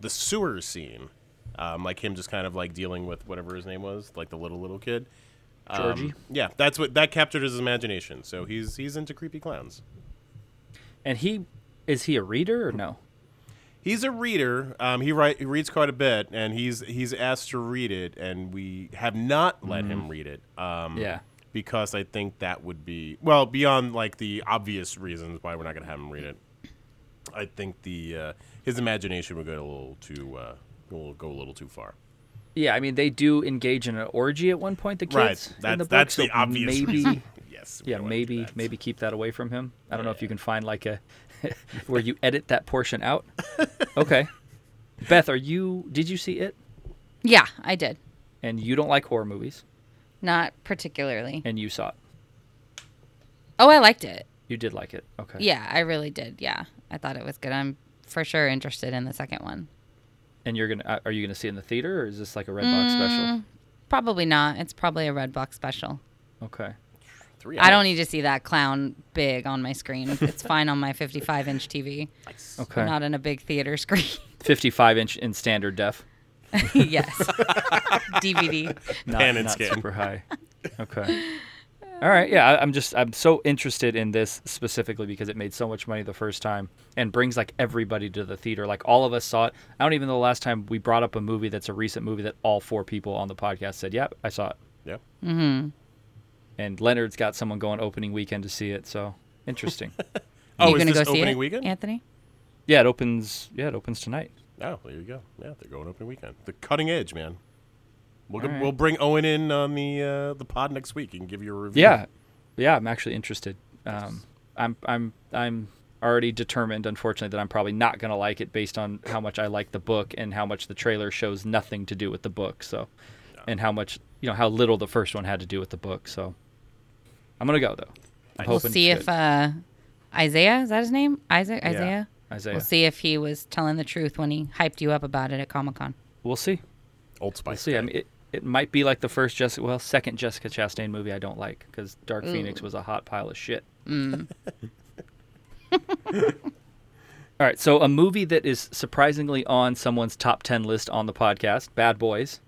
D: the sewer scene, um, like him just kind of like dealing with whatever his name was, like the little little kid. Um,
A: Georgie?
D: yeah, that's what that captured his imagination. So he's he's into creepy clowns.
A: And he is he a reader or no?
D: He's a reader. Um, he, write, he reads quite a bit, and he's he's asked to read it, and we have not let him read it. Um,
A: Yeah.
D: because I think that would be well beyond like the obvious reasons why we're not going to have him read it. I think the uh, his imagination would go a little too uh, will go a little too far.
A: Yeah, I mean they do engage in an orgy at one point the kids
D: right,
A: in the
D: that's
A: book,
D: that's
A: so
D: the obvious
A: maybe
D: reason. yes, we
A: yeah,
D: don't wanna do
A: maybe
D: that.
A: maybe keep that away from him. I don't know if you can find like a where you edit that portion out. Okay. Beth, are you did you see it?
B: Yeah, I did.
A: And you don't like horror movies
B: Not particularly.
A: and you saw it.
B: Oh, I liked it.
A: You did like it. Okay.
B: Yeah, I really did. Yeah, I thought it was good. I'm for sure interested in the second one.
A: And you're gonna uh, are you gonna see it in the theater or is this like a Redbox special?
B: Probably not. It's probably a red box special.
A: Okay.
D: Three
B: I don't
D: hours.
B: need to see that clown big on my screen. It's fine on my 55 inch TV,
A: Okay.
B: not in a big theater screen.
A: 55 inch in standard def.
B: yes. DVD.
A: Not,
D: Pan and
A: not
D: scan.
A: super high. Okay. All right. Yeah, I, I'm just I'm so interested in this specifically because it made so much money the first time and brings like everybody to the theater. Like all of us saw it. I don't even know the last time we brought up a movie that's a recent movie that all four people on the podcast said, "Yep, I saw it."
D: Yep.
A: And Leonard's got someone going opening weekend to see it. So interesting.
D: Oh,
B: you
D: is
B: gonna
D: this
B: go see
D: opening
B: it,
D: weekend?
B: Anthony?
A: yeah, it opens. Yeah, it opens tonight.
D: Oh, there you go. Yeah, they're going open weekend. The cutting edge, man. We'll, go, we'll bring Owen in on the uh, the pod next week and give you a review.
A: Yeah, yeah, I'm actually interested. Um, I'm I'm I'm already determined, unfortunately, that I'm probably not gonna like it based on how much I like the book and how much the trailer shows nothing to do with the book. So, and how much you know how little the first one had to do with the book. So, I'm gonna go though. I'm
B: We'll
A: hoping
B: see
A: it's
B: if
A: good.
B: uh, Isaiah, is that his name? Isaac? Isaiah?
A: Isaiah.
B: We'll see if he was telling the truth when he hyped you up about it at Comic Con.
A: We'll see.
D: Old
A: We'll
D: Spice.
A: see. I mean, it, it might be like the first Jessica, well, second Jessica Chastain movie I don't like because Dark Phoenix was a hot pile of shit. All right, so a movie that is surprisingly on someone's top ten list on the podcast, Bad Boys,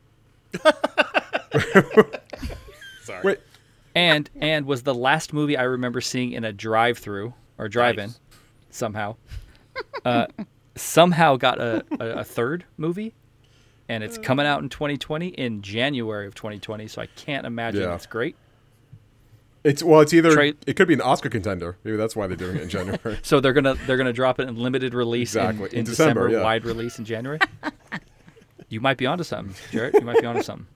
D: Sorry.
C: Wait,
A: and and was the last movie I remember seeing in a drive-through or drive-in,
D: Nice.
A: somehow. Uh, somehow got a, a, a third movie, and it's coming out in 2020 in January of 2020. So I can't imagine
C: Yeah.
A: it's great.
C: it's well, it's either
A: Trey-
C: it could be an Oscar contender. Maybe that's why they're doing it in January.
A: So they're gonna they're gonna drop it in limited release in-
C: Exactly.
A: in,
C: In
A: December,
C: December, yeah.
A: wide release in January. you might be onto something, Jarrett. You might be onto something.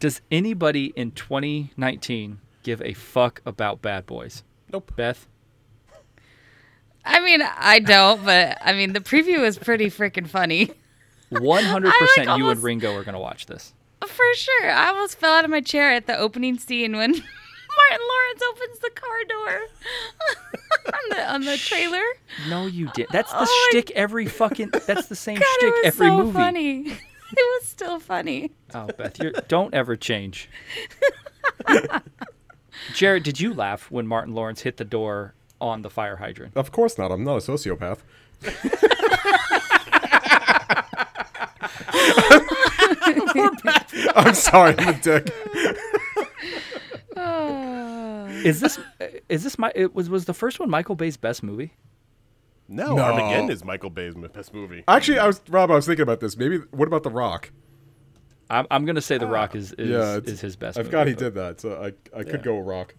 A: Does anybody in 2019 give a fuck about Bad Boys?
D: Nope.
A: Beth,
B: I mean, I don't, but I mean, the preview was pretty freaking funny.
A: 100
B: I,
A: percent
B: like,
A: you and
B: almost-
A: Ringo are gonna watch this.
B: For sure. I almost fell out of my chair at the opening scene when Martin Lawrence opens the car door on the on the trailer.
A: No, you did. That's the
B: Oh my-
A: shtick every fucking. That's the same
B: God,
A: shtick
B: it was
A: every
B: so
A: movie.
B: funny. It was still funny.
A: Oh, Beth, you're, don't ever change. Jared, did you laugh when Martin Lawrence hit the door on the fire hydrant?
C: of course not. I'm not a sociopath. I'm sorry, I'm a dick.
B: Oh.
A: Is this is this my it was was the first one Michael Bay's best movie?
D: No,
C: No.
D: Armageddon is Michael Bay's m- best movie.
C: Actually, I was Rob. I was thinking about this. Maybe what about The Rock?
A: I'm, I'm gonna say The Rock is is,
C: yeah, it's-
A: is his best.
C: I
A: movie,
C: forgot he
A: but-
C: did that, so I I could
D: Yeah.
C: go with Rock.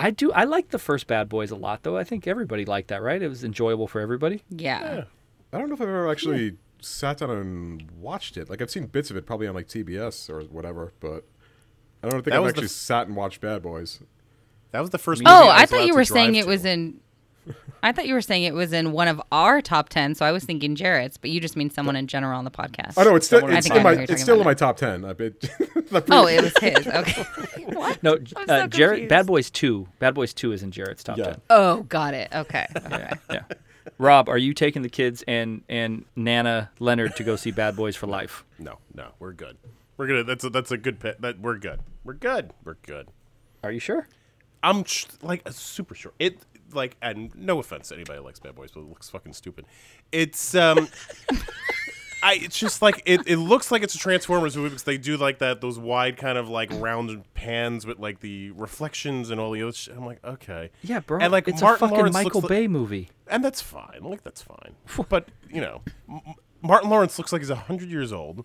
A: I do. I like the first Bad Boys a lot, though. I think everybody liked that, right? It was enjoyable for everybody.
B: Yeah.
C: I don't know if I've ever actually sat down and watched it. Like I've seen bits of it, probably on like TBS or whatever, but I don't think
D: That
C: I've
D: was the
C: actually
D: f-
C: sat and watched Bad Boys.
D: That was the first. movie
B: Oh,
D: was
B: I thought
D: allowed
B: you
D: to
B: were saying
D: drive
B: it was
D: to.
B: in I thought you were saying it was in one of our top 10, so I was thinking Jarrett's, but you just mean someone in general on the podcast.
C: Oh no, it's still
A: Someone
C: it's
A: I
C: in
A: think I know
C: my
B: who you're
C: it's
B: talking
C: still in
B: about
C: my top ten. I bet. The
B: Oh,
C: pre-
B: it was his. Okay. what?
A: No,
B: I'm so
A: uh, Jared.
B: confused.
A: Bad Boys Two. Bad Boys Two is in Jared's top
C: Yeah.
A: ten.
B: Oh, got it. Okay. okay.
A: Yeah. Rob, are you taking the kids and and Nana Leonard to go see Bad Boys for Life?
D: No, no, we're good. We're gonna. That's a, that's a good pit. That we're good. We're good. We're good.
A: Are you sure?
D: I'm sh- like a super sure. It like and no offense to anybody who likes Bad Boys, but it looks fucking stupid. It's um I it's just like it, it looks like it's a Transformers movie because they do like that those wide kind of like round pans with like the reflections and all the other shit. I'm like, okay.
A: Yeah, bro.
D: And like
A: it's
D: Martin
A: a fucking
D: Lawrence looks
A: Michael
D: li-
A: Bay movie.
D: and that's fine. Like that's fine. But you know, M- M- Martin Lawrence looks like he's hundred years old.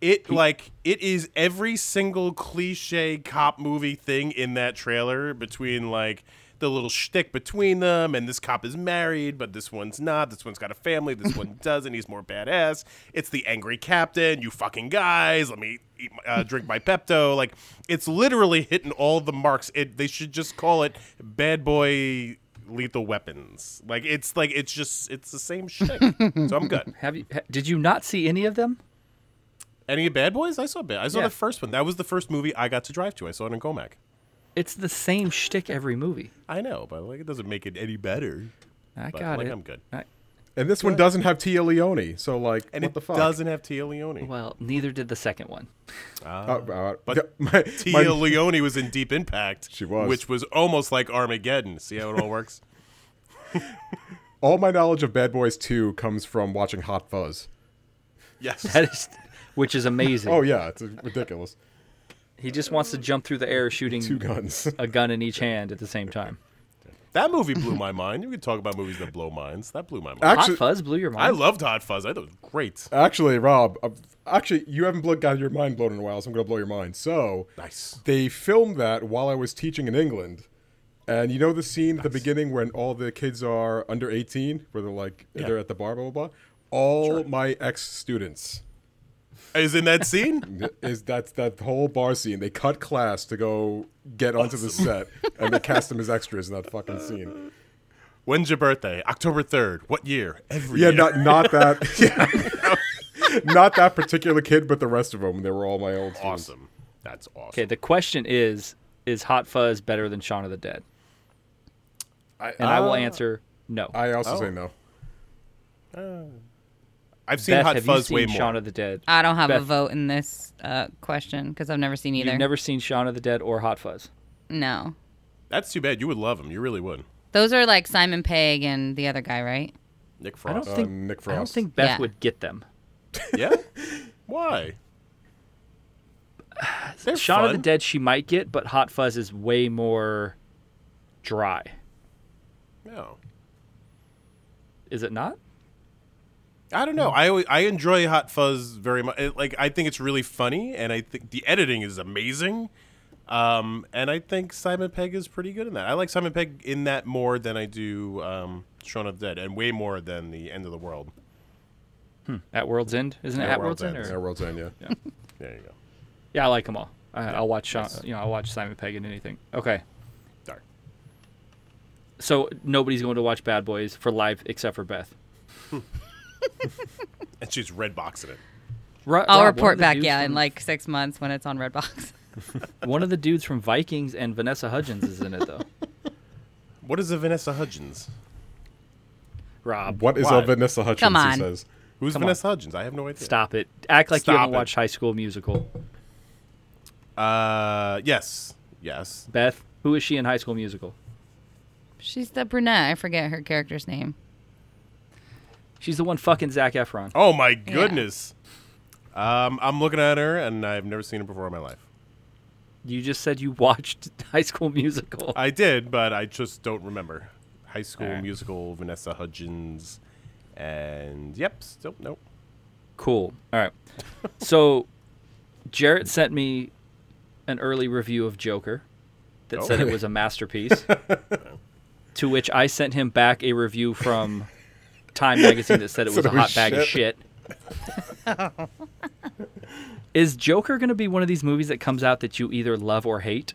D: It like it is every single cliche cop movie thing in that trailer between like the little shtick between them and this cop is married but this one's not. This one's got a family. This one doesn't. He's more badass. It's the angry captain. You fucking guys. Let me eat, my- uh, drink my Pepto. Like it's literally hitting all the marks. It they should just call it Bad Boy lethal weapons. Like it's like it's just it's the same shit. so I'm good.
A: Have you? Ha, did you not see any of them?
D: Any Bad Boys? I saw Bad. I saw
A: Yeah.
D: the first one. That was the first movie I got to drive to. I saw it in Comac.
A: It's the same shtick every movie.
D: I know, but like it doesn't make it any better.
A: I
D: But,
A: got
D: like,
A: it.
D: I'm good.
A: I-
C: And this one doesn't have Tia Leone, so like,
D: And
C: what
D: it
C: the fuck?
D: doesn't have Tia Leone.
A: Well, neither did the second one.
C: Uh, uh,
D: But
C: my-
D: Tia
C: my-
D: Leone was in Deep Impact.
C: She was.
D: Which was almost like Armageddon. See how it all works?
C: all my knowledge of Bad Boys Two comes from watching Hot Fuzz.
D: yes.
A: That is, which is amazing.
C: Oh yeah, it's ridiculous.
A: He just wants to jump through the air, shooting
C: Two guns.
A: a gun in each hand at the same time.
D: that movie blew my mind. You can talk about movies that blow minds. That blew my mind.
A: Hot
C: Actually,
A: Fuzz blew your
D: I
A: mind.
D: loved Hot Fuzz. I thought it was great.
C: actually, Rob, uh, actually, you haven't blo- got your mind blown in a while, so I'm gonna blow your mind. So
D: Nice.
C: they filmed that while I was teaching in England. And you know the scene at the beginning when all the kids are under 18, where they're like,
D: Yeah.
C: they're at the bar, blah, blah, blah? All my ex students
D: Is in that scene?
C: is that's that whole bar scene. They cut class to go get onto the set, and they cast them as extras in that fucking scene.
D: When's your birthday? October 3rd. What year? Every
C: Yeah,
D: year.
C: not not that, yeah. not that particular kid, but the rest of them. They were all my old students.
D: awesome. That's awesome.
A: Okay, the question is: Is Hot Fuzz better than Shaun of the Dead? and I will answer no.
C: Um, I also
D: Oh.
C: say no.
D: I've seen
A: Beth,
D: Hot
A: have
D: Fuzz
A: you
D: way
A: seen
D: more.
A: Shaun of the Dead?
B: I don't have a
A: Beth.
B: vote in this uh, question because I've never seen either.
A: You've never seen Shaun of the Dead or Hot Fuzz.
B: no.
D: That's too bad. You would love him. You really would.
B: Those are like Simon Pegg and the other guy, right?
D: uh, Nick
A: I
D: Frost.
A: don't think
C: Nick
A: I don't
C: Frost.
A: think Beth
B: Yeah.
A: would get them.
D: yeah. Why? They're
A: Shaun of the
D: fun.
A: Dead she might get, but Hot Fuzz is way more dry.
D: No.
A: Is it not?
D: I don't know. I always, I enjoy Hot Fuzz very much. It- like I think it's really funny, and I think the editing is amazing. Um, and I think Simon Pegg is pretty good in that. I like Simon Pegg in that more than I do um, Shaun of the Dead, and way more than the End of the World.
A: At World's End, isn't it?
D: Yeah,
A: At World's,
D: World's
A: End.
D: End.
A: or-
C: Yeah, World's End, yeah.
D: There you go.
A: Yeah, I like them all. I, I'll watch Shaun, you know I'll watch Simon Pegg in anything. Okay,
D: Darn.
A: so nobody's going to watch Bad Boys for live except for Beth.
D: And she's red boxing it.
A: Ro-
B: I'll
A: Rob, one of
B: report
A: the
B: back,
A: dudes
B: yeah,
A: from-
B: in like six months when it's on Redbox.
A: one of the dudes from Vikings and Vanessa Hudgens is in it though.
D: What is a Vanessa Hudgens?
A: Rob,
C: What is
D: Why?
C: a Vanessa Hutchins?
B: Come
C: He
B: on.
C: says.
D: Who's
A: Come on.
D: Vanessa Hudgens? I have no idea.
A: Stop it! Act like
D: Stop
A: you haven't
D: it.
A: watched High School Musical.
D: Uh, yes, yes.
A: Beth, who is she in High School Musical?
B: She's the brunette. I forget her character's name.
A: She's the one fucking Zach Efron.
D: Oh my goodness. Um, I'm looking at her, and I've never seen her before in my life.
A: You just said you watched High School Musical.
D: I did, but I just don't remember. High School
A: All right.
D: Musical, Vanessa Hudgens, and yep, still nope.
A: Cool. All right. So, Jarrett sent me an early review of Joker that
D: Oh.
A: said it was a masterpiece. to which I sent him back a review from Time Magazine that said it was
C: Said
A: a
C: it was
A: hot bag of
C: shit.
A: shit. is Joker going to be one of these movies that comes out that you either love or hate?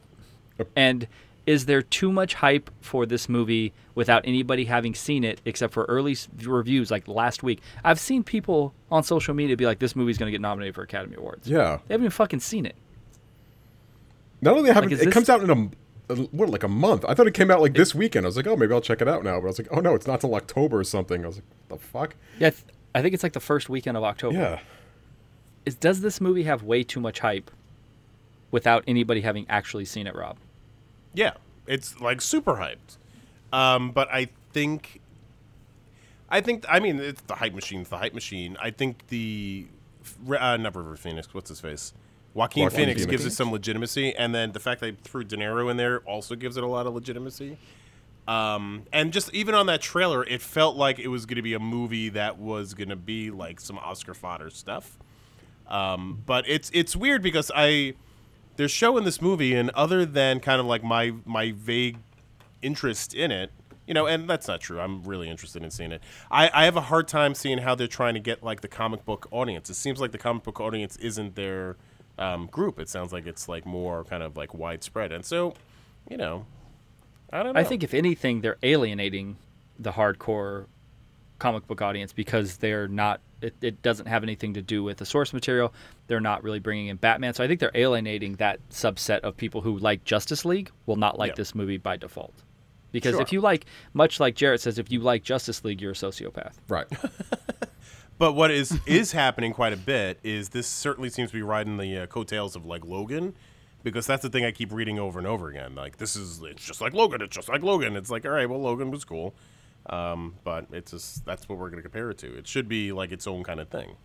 A: And is there too much hype for this movie without anybody having seen it except for early s- reviews like last week? I've seen people on social media be like, this movie's going to get nominated for Academy Awards.
C: Yeah.
A: They haven't even fucking seen it.
C: Not only haven't
A: is
C: it
A: this-
C: comes out in a m- a what like a month. I thought it came out like this weekend. I was like, oh, maybe I'll check it out now. But I was like, oh no, it's not till October or something. I was like, what the fuck?
A: Yeah, I th- I think it's like the first weekend of October.
C: Yeah.
A: Is, does this movie have way too much hype without anybody having actually seen it, Rob?
D: Yeah, it's like super hyped. Um, but I think, I think, I mean, it's the hype machine. It's the hype machine. I think the Re- uh, not River Phoenix. What's his face? Joaquin,
C: Joaquin
D: Phoenix,
C: Phoenix.
D: gives it some legitimacy, and then the fact that they threw De Niro in there also gives it a lot of legitimacy. Um, and just even on that trailer, it felt like it was going to be a movie that was going to be like some Oscar fodder stuff. Um, but it's it's weird because I they're showing this movie, and other than kind of like my my vague interest in it, you know, and that's not true. I'm really interested in seeing it. I, I have a hard time seeing how they're trying to get like the comic book audience. It seems like the comic book audience isn't their um, group. It sounds like it's like more kind of like widespread, and so you know, I don't know.
A: I think if anything, they're alienating the hardcore comic book audience because they're not. It, it doesn't have anything to do with the source material. They're not really bringing in Batman, so I think they're alienating that subset of people who like Justice League will not like
D: Yeah.
A: this movie by default. Because
D: Sure.
A: if you like, much like Jarrett says, if you like Justice League, you're a sociopath.
C: Right.
D: But what is is happening quite a bit is this certainly seems to be riding the uh, coattails of like Logan, because that's the thing I keep reading over and over again. Like this is it's just like Logan. It's just like Logan. It's like all right, well Logan was cool, um, but it's just that's what we're gonna compare it to. It should be like its own kind of thing.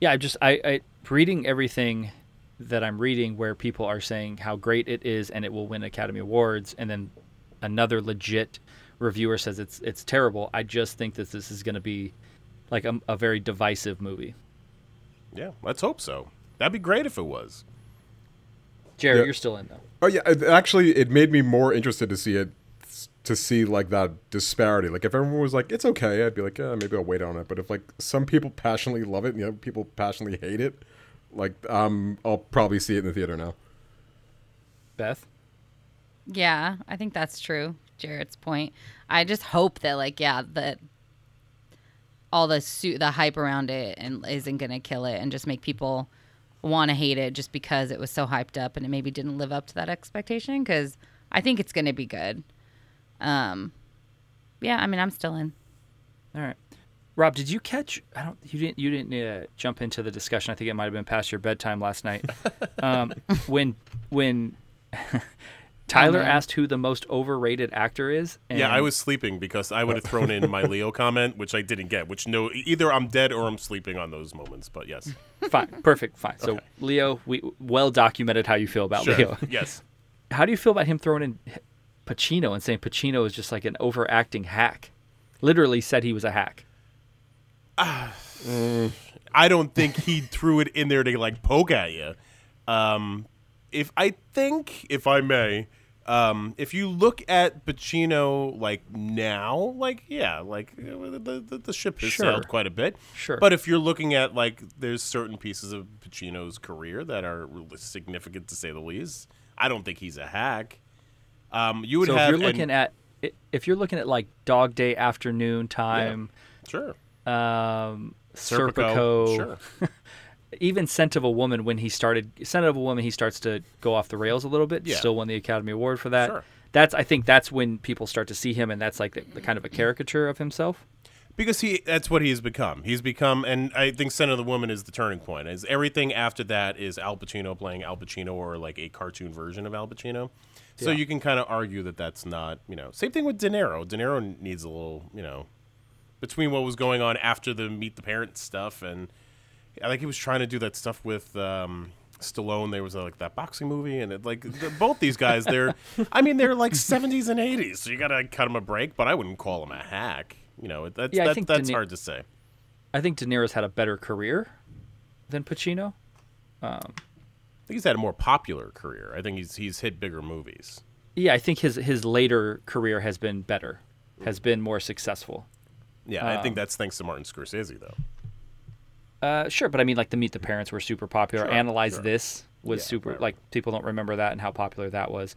A: Yeah, I just I, I reading everything that I'm reading where people are saying how great it is and it will win Academy Awards, and then another legit reviewer says it's it's terrible. I just think that this is going to be like a, a very divisive movie.
D: Yeah, let's hope so. That'd be great if it was.
A: Jared,
C: Yeah.
A: you're still in though.
C: Oh yeah, it- actually, it made me more interested to see it, to see like that disparity. Like if everyone was like, "It's okay," I'd be like, "Yeah, maybe I'll wait on it." But if like some people passionately love it and the other people passionately hate it, like um, I'll probably see it in the theater now.
A: Beth,
B: Yeah, I think that's true. Jared's point. I just hope that like yeah, that all the suit the hype around it and isn't going to kill it and just make people want to hate it just because it was so hyped up and it maybe didn't live up to that expectation cuz I think it's going to be good. Um yeah, I mean, I'm still in.
A: all right. Rob, did you catch? I don't. You didn't. You didn't uh, jump into the discussion. I think it might have been past your bedtime last night. Um, when when Tyler
B: man.
A: asked who the most overrated actor is. And
D: Um, Yeah, I was sleeping because I would have thrown in my Leo comment, which I didn't get. Which no, e-, either I'm dead or I'm sleeping on those moments. But yes,
A: fine, perfect, fine. So Leo, we well documented how you feel about
D: sure,
A: Leo.
D: yes.
A: How do you feel about him throwing in Pacino and saying Pacino is just like an overacting hack? Literally said he was a hack.
D: I don't think he threw it in there to like poke at you. Um, if I think, if I may, um, if you look at Pacino like now, like yeah, like uh, the the, the ship has
A: Sure.
D: sailed quite a bit.
A: Sure.
D: But if you're looking at like there's certain pieces of Pacino's career that are significant to say the least. I don't think he's a hack. Um, you would
A: So if
D: have
A: you're looking
D: and-
A: at i- if you're looking at like Dog Day Afternoon Time,
D: sure
A: um,
D: Serpico,
A: Serpico,
D: sure.
A: even Scent of a Woman when he started Scent of a Woman, he starts to go off the rails a little bit.
D: Yeah.
A: Still won the Academy Award for that.
D: Sure.
A: That's I think that's when people start to see him, and that's like the, the kind of a caricature of himself.
D: Because he that's what he's become. He's become and I think Son of the Woman is the turning point. Is everything after that is Al Pacino playing Al Pacino or like a cartoon version of Al Pacino. So
A: Yeah.
D: you can kind of argue that that's not, you know, same thing with De Niro. De Niro needs a little, you know, between what was going on after the Meet the Parents stuff and I think he was trying to do that stuff with um, Stallone. There was like that boxing movie, and it, like the, both these guys, they're, I mean, they're like seventies and eighties, so you gotta cut him a break. But I wouldn't call him a hack. You know, it- that's
A: Yeah, I
D: that,
A: think
D: that's
A: Deni-
D: hard to say.
A: I think De Niro's had a better career than Pacino.
D: I think he's had a more popular career. I think he's he's hit bigger movies.
A: Yeah, I think his his later career has been better, has been more successful.
D: Yeah, I
A: Um,
D: think that's thanks to Martin Scorsese though.
A: Uh, sure, but I mean, like the Meet the Parents were super popular.
D: Sure,
A: Analyze
D: sure.
A: This was
D: Yeah,
A: super.
D: right, right.
A: Like people don't remember that and how popular that was.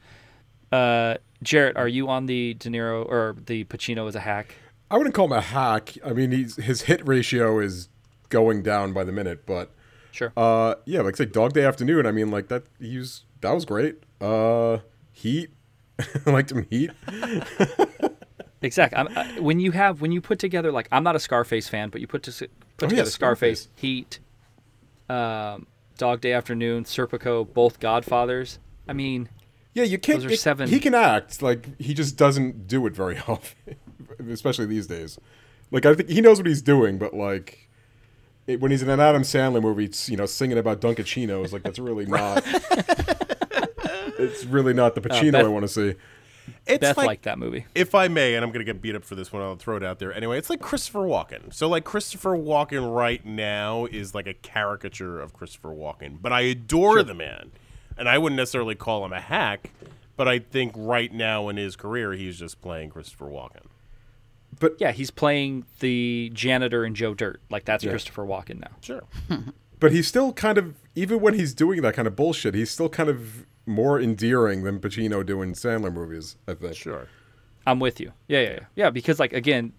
A: Uh, Jarrett, are you on the De Niro or the Pacino as a hack?
C: I wouldn't call him a hack. I mean, he's, his hit ratio is going down by the minute, but
A: Sure.
C: uh, yeah, like say Dog Day Afternoon. I mean, like that he was that was great. Uh, Heat, I liked him Heat.
A: Exactly. I'm, I, when you have when you put together like I'm not a Scarface fan, but you put to,
C: Oh,
A: put
C: yeah,
A: together Scarface, Heat, um, Dog Day Afternoon, Serpico, both Godfathers. I mean,
C: Yeah, you can't.
A: Those are
C: you-
A: seven.
C: He can act like he just doesn't do it very often, especially these days. Like I think he knows what he's doing, but like it, when he's in an Adam Sandler movie, it's, you know, singing about Dunkachinos, like that's really not. it's really not the Pacino
A: Beth-
C: I want to see.
D: It's
A: Beth liked that movie.
D: if I may, and I'm gonna get beat up for this one, I'll throw it out there anyway. It's like Christopher Walken. So like Christopher Walken right now is like a caricature of Christopher Walken, but I adore the man, and I wouldn't necessarily call him a hack, but I think right now in his career, he's just playing Christopher Walken.
C: But
A: Yeah, he's playing the janitor in Joe Dirt. Like that's
C: Yeah.
A: Christopher Walken now.
D: Sure.
C: but he's still kind of even when he's doing that kind of bullshit, he's still kind of more endearing than Pacino doing Sandler movies. I think.
D: Sure.
A: I'm with you. Yeah, yeah, yeah. Yeah, because like again,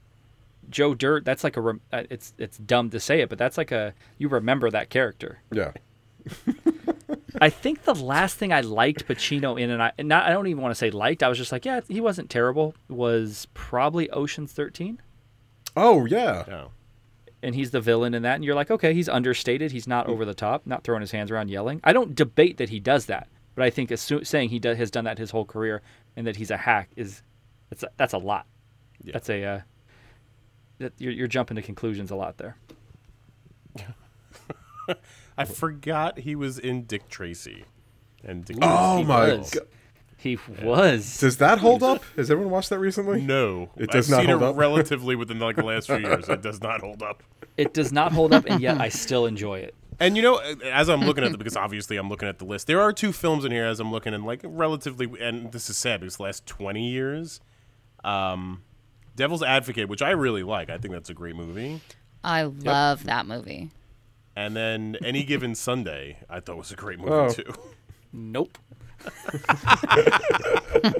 A: Joe Dirt. That's like a. Rem- uh, it's it's dumb to say it, but that's like a. You remember that character.
C: Yeah.
A: I think the last thing I liked Pacino in, and I and not I don't even want to say liked. I was just like, yeah, he wasn't terrible. Was probably Ocean's Thirteen,
C: Oh yeah.
D: Oh.
A: and he's the villain in that. And you're like, okay, he's understated. He's
D: Hmm.
A: not over the top, not throwing his hands around yelling. I don't debate that he does that, but I think assu- saying he do- has done that his whole career and that he's a hack is that's a, that's a lot.
D: Yeah.
A: That's a uh, that you're, you're jumping to conclusions a lot there.
D: I forgot he was in Dick Tracy. And Dick
C: Oh
D: Tracy
C: my
D: was-
A: was.
C: god.
A: He was.
C: Does that hold up? Has everyone watched that recently?
D: No,
C: It does
D: I've
C: not
D: seen
C: hold
D: it
C: up.
D: relatively within like the last few years. It does not hold up.
A: It does not hold up, and yet I still enjoy it.
D: And you know, as I'm looking at the because obviously I'm looking at the list. There are two films in here as I'm looking and like relatively, and this is sad because the last 20 years, um, Devil's Advocate, which I really like. I think that's a great movie.
B: I love that movie.
D: And then Any Given Sunday, I thought was a great movie
C: Oh.
D: too.
A: Nope.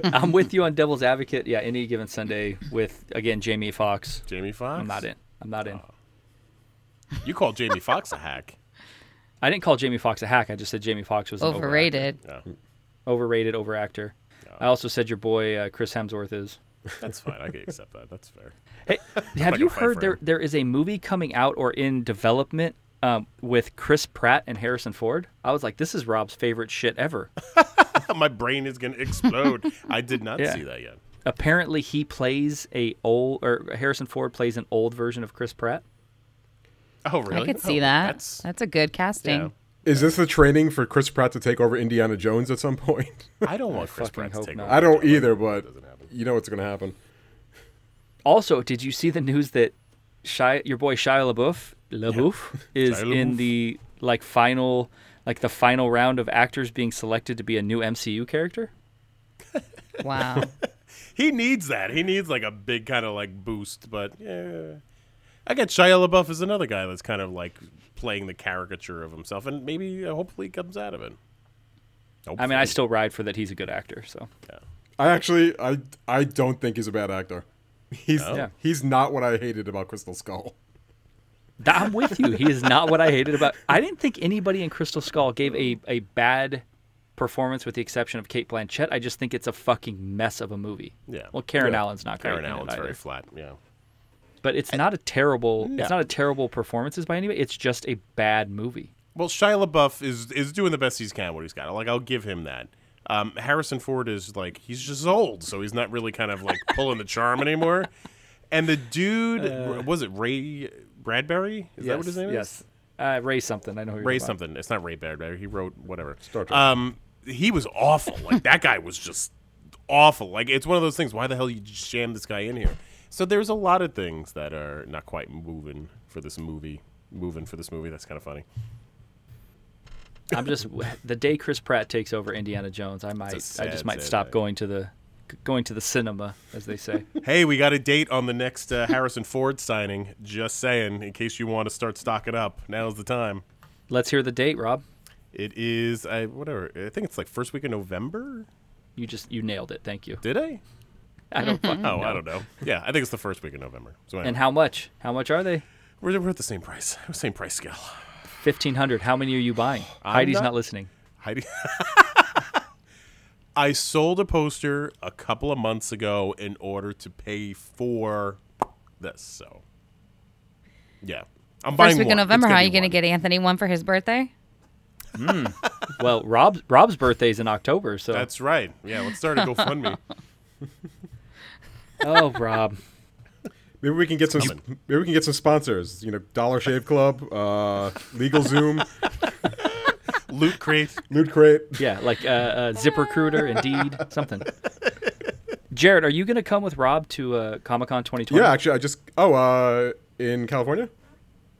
A: I'm with you on Devil's Advocate. Yeah, any given Sunday with again Jamie Foxx.
D: Jamie Foxx.
A: I'm not in. I'm not
D: Oh.
A: in.
D: You called Jamie Foxx a hack.
A: I didn't call Jamie Foxx a hack. I just said Jamie Foxx was an overactor.
B: Overrated.
D: No,
A: overrated, overactor. I also said your boy uh, Chris Hemsworth is.
D: that's fine. I can accept that. That's fair.
A: Hey,
D: Like
A: have
D: a
A: you
D: fight
A: heard
D: for
A: there
D: him.
A: there is a movie coming out or in development um, with Chris Pratt and Harrison Ford? I was like, this is Rob's favorite shit ever.
D: My brain is gonna explode. I did not
A: Yeah.
D: see that yet.
A: Apparently, he plays a old or Harrison Ford plays an old version of Chris Pratt.
D: Oh really?
B: I could see
D: Oh,
B: that. That's,
D: That's
B: a good casting.
D: yeah.
C: Is this the training for Chris Pratt to take over Indiana Jones at some point?
D: I don't want Chris
A: fucking
D: Pratt to
A: hope
D: take
A: not.
D: over.
C: I don't either, but
D: doesn't happen.
C: you know what's going to happen.
A: Also, did you see the news that Shia, your boy Shia LaBeouf, LaBeouf is
D: Shia LaBeouf.
A: in the like final, like the final round of actors being selected to be a new MCU character?
B: Wow.
D: He needs that. He needs like a big kind of like boost. But yeah, I got Shia LaBeouf is another guy that's kind of like playing the caricature of himself, and maybe uh, hopefully he comes out of it.
A: I mean, I
D: Hopefully.
A: still ride for that he's a good actor. So
C: I actually I I don't think he's a bad actor. He's
A: Yeah.
C: he's not what I hated about Crystal Skull.
A: Th- I'm with you. He is not what I hated about. I didn't think anybody in Crystal Skull gave a a bad performance with the exception of Kate Blanchett. I just think it's a fucking mess of a movie.
D: Yeah.
A: Well, Karen
D: Yeah.
A: Allen's not great.
D: Karen
A: in it
D: Allen's
A: either.
D: very flat. Yeah.
A: But it's not a terrible.
D: No.
A: It's not a terrible performances by anybody. It's just a bad movie.
D: Well, Shia LaBeouf is is doing the best he's can what he's got. Like I'll give him that. Um, Harrison Ford is like he's just old, so he's not really kind of like pulling the charm anymore. And the dude was it Ray Bradbury? Is that what his name is?
A: Uh. Yes. Uh, Ray something. I know who you're
D: Ray
A: talking about.
D: something. It's not Ray Bradbury. He wrote whatever.
C: Star Trek.
D: Um, he was awful. Like that guy was just awful. Like it's one of those things. Why the hell you just jam this guy in here? So there's a lot of things that are not quite moving for this movie. Moving for this movie. That's kind of funny.
A: I'm just the day Chris Pratt takes over Indiana Jones, I might I
D: sad,
A: just might
D: sad
A: stop
D: day.
A: going to the going to the cinema as they say.
D: Hey, we got a date on the next uh, Harrison Ford signing. Just saying, in case you want to start stocking up, now's the time.
A: Let's hear the date, Rob.
D: It is, I whatever. I think it's like first week of November.
A: You just you nailed it. Thank you.
D: Did I?
A: I don't fucking
D: Oh, I
A: know.
D: don't know. Yeah, I think it's the first week of November. So anyway,
A: And how much? How much are they?
D: we're, we're at the same price, same price scale.
A: Fifteen hundred. How many are you buying? Heidi's
D: not-
A: not, listening.
D: Heidi. I sold a poster a couple of months ago in order to pay for this. So, yeah, I'm buying
B: First week
D: one.
B: of November,
D: It's
B: how are
D: be
B: you going to
D: one.
B: get Anthony one for his birthday?
A: Well, Rob's Rob's birthday's in October, so
D: That's right. Yeah, let's start a GoFundMe.
A: oh Rob.
C: Maybe we can get some
D: Coming.
C: maybe we can get some sponsors, you know, Dollar Shave Club, uh Legal Zoom,
D: Loot crate.
C: Loot Crate.
A: Yeah, like uh, uh, ZipRecruiter, Indeed, something. Jared, are you going to come with Rob to uh, Comic Con 2020?
C: Yeah, actually I just oh, uh in California?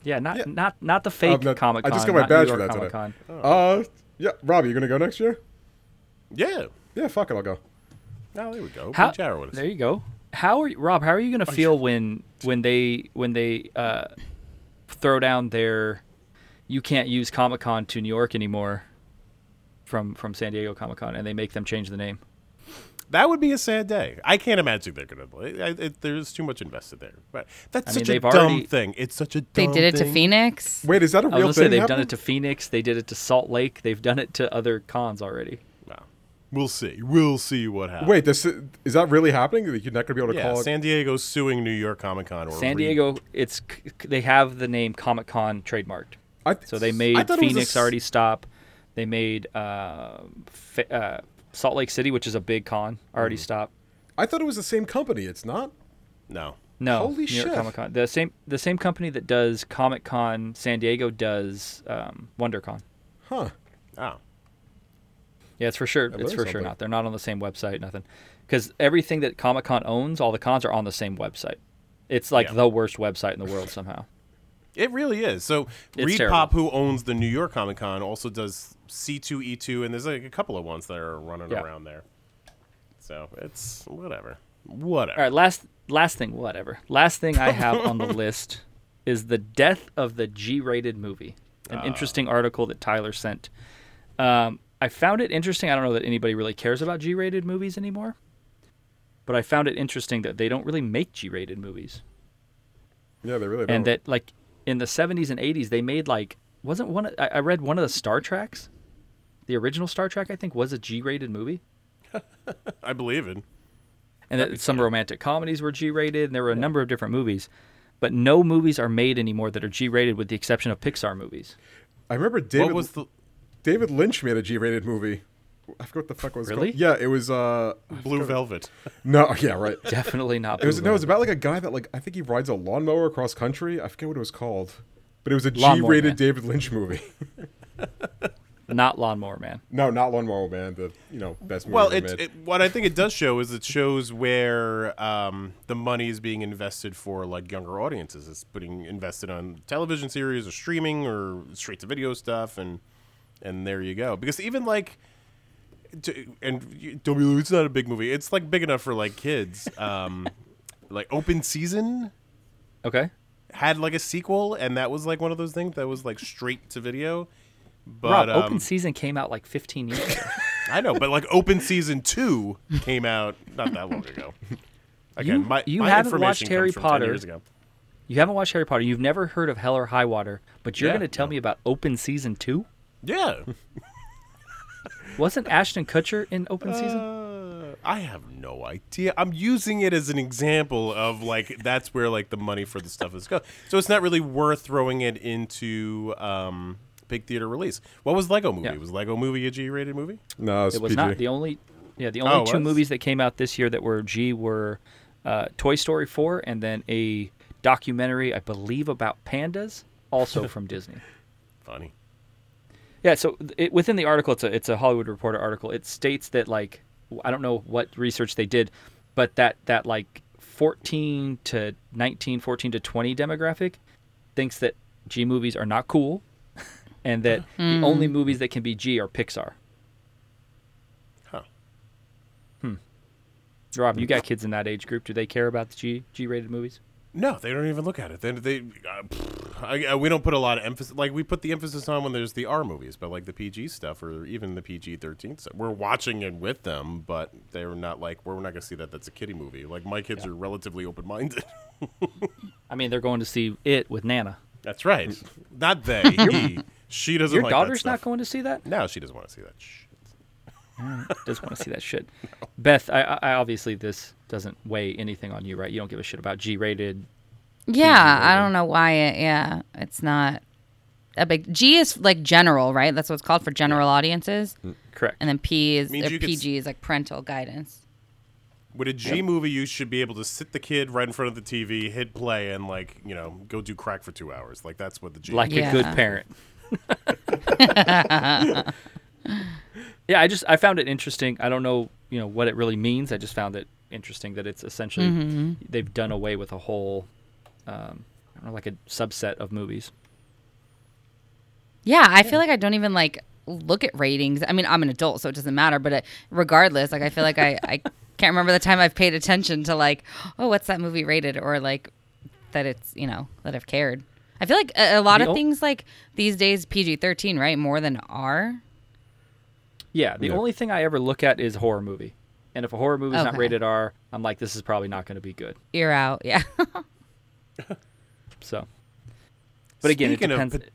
A: Yeah, not not not the fake
C: I'm not-
A: Comic Con.
C: Um, I just got my badge for that
A: Comic
C: today.
A: Con.
C: Uh yeah, Robbie, you going to go next year?
D: Yeah.
C: Yeah, fuck it, I'll go.
D: Oh, there we go.
A: How,
D: Pete Jarrett with us.
A: there you go. How are you, Rob? How are you going to feel when when they when they uh, throw down their you can't use Comic Con to New York anymore from from San Diego Comic Con and they make them change the name?
D: That would be a sad day. I can't imagine they're gonna. It, it, it- there's too much invested there. But that's
A: I mean,
D: such a
A: they've
D: dumb
A: already-
D: thing. It's such a dumb
B: They did it to
D: thing.
B: Phoenix.
C: Wait, is that a
A: I was
C: real
A: gonna say
C: thing?
A: they've done
C: happening?
A: it to Phoenix, they did it to Salt Lake, they've done it to other cons already.
D: Wow. We'll see. We'll see what happens.
C: Wait, this is that really happening? You're not gonna be able to
D: Yeah,
C: call it.
D: San Diego's suing New York Comic Con.
A: San Diego, it's c- c- they have the name Comic Con trademarked,
C: I,
A: so they made
D: thought it was a
A: Phoenix
D: s-
A: already stop. They made uh, fa- uh, Salt Lake City, which is a big con,
D: Mm-hmm.
A: already stop.
C: I thought it was the same company. It's not.
D: No.
A: No,
C: Holy
A: New
C: shit.
A: York Comic Con. The same the same company that does Comic Con San Diego does um, WonderCon.
C: Huh.
D: Oh.
A: Yeah, it's for sure.
C: I
A: it's
C: learned
A: for sure
C: something.
A: not. They're not on the same website. Nothing, because everything that Comic Con owns, all the cons are on the same website. It's like
D: Yeah.
A: the worst website in the world somehow.
D: It really is. So
A: It's
D: Reed
A: terrible.
D: Pop, who owns the New York Comic Con, also does C2E2, and there's like a couple of ones that are running
A: Yeah.
D: around there. So it's whatever. Whatever.
A: All right, last last thing, whatever. Last thing I have on the list is the death of the G-rated movie. An interesting article that Tyler sent. Um, I found it interesting. I don't know that anybody really cares about G-rated movies anymore, but I found it interesting that they don't really make G-rated movies,
C: Yeah, they really don't.
A: and that like in the 70s and 80s they made like wasn't one. Of, I, I read one of the Star Treks, the original Star Trek I think was a G-rated movie.
D: I believe it.
A: and that some romantic comedies were G-rated, and there were a number of different movies, but no movies are made anymore that are G-rated, with the exception of Pixar movies.
C: I remember David.
D: What was the
C: David Lynch made a G-rated movie. I forgot what the fuck it was
A: Really?
C: called. Yeah, it was. uh
D: Blue Velvet?
C: No, yeah, right.
A: Definitely not.
C: It was no, it was
A: Boomerang.
C: about like a guy that like I think he rides a lawnmower across country. I forget what it was called, but it was a
A: Lawnmower
C: rated
A: Man.
C: David Lynch movie.
A: not Lawnmower Man.
C: no, not Lawnmower Man. The you know best movie
D: Well,
C: ever
D: it,
C: made.
D: it, what I think it does show is it shows where um, the money is being invested for like younger audiences. It's putting invested on television series or streaming or straight to video stuff, and and there you go. Because even like, to, and you- don't be it's not a big movie. It's like big enough for like kids. Um, like Open Season
A: Okay,
D: had like a sequel, and that was like one of those things that was like straight to video.
A: Rob.
D: But um,
A: Open Season came out like 15 years ago.
D: I know, but like Open Season Two came out not that long ago. Again,
A: You-
D: my,
A: you
D: my
A: haven't
D: information
A: watched
D: comes
A: Harry
D: from 10
A: Potter.
D: years ago.
A: you haven't watched Harry Potter. You've never heard of Hell or High Water, but you're
D: Yeah,
A: going to tell me about Open Season two?
D: Yeah,
A: Wasn't Ashton Kutcher in Open Season?
D: Uh, I have no idea. I'm using it as an example of like that's where like the money for the stuff is go. So it's not really worth throwing it into um, big theater release. What was Lego Movie?
A: Yeah.
D: Was Lego Movie a G-rated movie?
C: no, it was,
A: It was
C: PG.
A: not the only. Yeah, the only
D: it
A: two
D: was?
A: movies that came out this year that were G were uh, Toy Story 4 and then a documentary, I believe, about pandas, also from Disney.
D: Funny.
A: Yeah, so th- it, within the article, it's a it's a Hollywood Reporter article. It states that like w- I don't know what research they did, but that that like 14 to 19, 14 to 20 demographic thinks that G movies are not cool, and that the only movies that can be G are Pixar.
D: Huh.
A: Hmm. Rob, you got kids in that age group. Do they care about the G G rated movies?
D: No, they don't even look at it. They, they uh, pfft, I, I, we don't put a lot of emphasis. Like we put the emphasis on when there's the R movies, but like the PG stuff or even the PG thirteen stuff, we're watching it with them, but they're not like we're not gonna see that. That's a kiddie movie. Like my kids are relatively open minded.
A: I mean, they're going to see it with Nana.
D: That's right. not they. he. She doesn't.
A: Your
D: like
A: daughter's
D: that
A: not
D: stuff.
A: going to see that.
D: No, she doesn't want to see that. Shh.
A: doesn't want to see that shit. Beth, I, I I obviously this doesn't weigh anything on you, right? You don't give a shit about G-rated.
B: Yeah, I don't know why it. Yeah, it's not a big G is like general, right? That's what it's called for general audiences,
A: Correct.
B: and then P is
D: Mm. Means
B: or
D: you could s-
B: PG is like parental guidance.
D: With a G movie, you should be able to sit the kid right in front of the TV, hit play, and like you know go do crack for two hours. Like that's what the G.
A: like a good
B: Yeah.
A: parent. yeah, I just I found it interesting. I don't know, you know, what it really means. I just found it interesting that it's essentially
B: Mm-hmm.
A: they've done away with a whole um, I don't know, like a subset of movies.
B: Yeah, I feel like I don't even like look at ratings. I mean, I'm an adult, so it doesn't matter. But it, regardless, like I feel like I I can't remember the time I've paid attention to like oh what's that movie rated or like that it's you know that I've cared. I feel like a, a lot
A: The
B: of
A: ol-
B: things like these days PG-13 right more than R.
A: Yeah, the
C: Yeah.
A: only thing I ever look at is horror movie. And if a horror movie's not
B: Okay.
A: rated R, I'm like, this is probably not going to be good.
B: Ear out. Yeah.
A: So, but again,
D: Speaking
A: it
D: of
A: depends.
D: pot-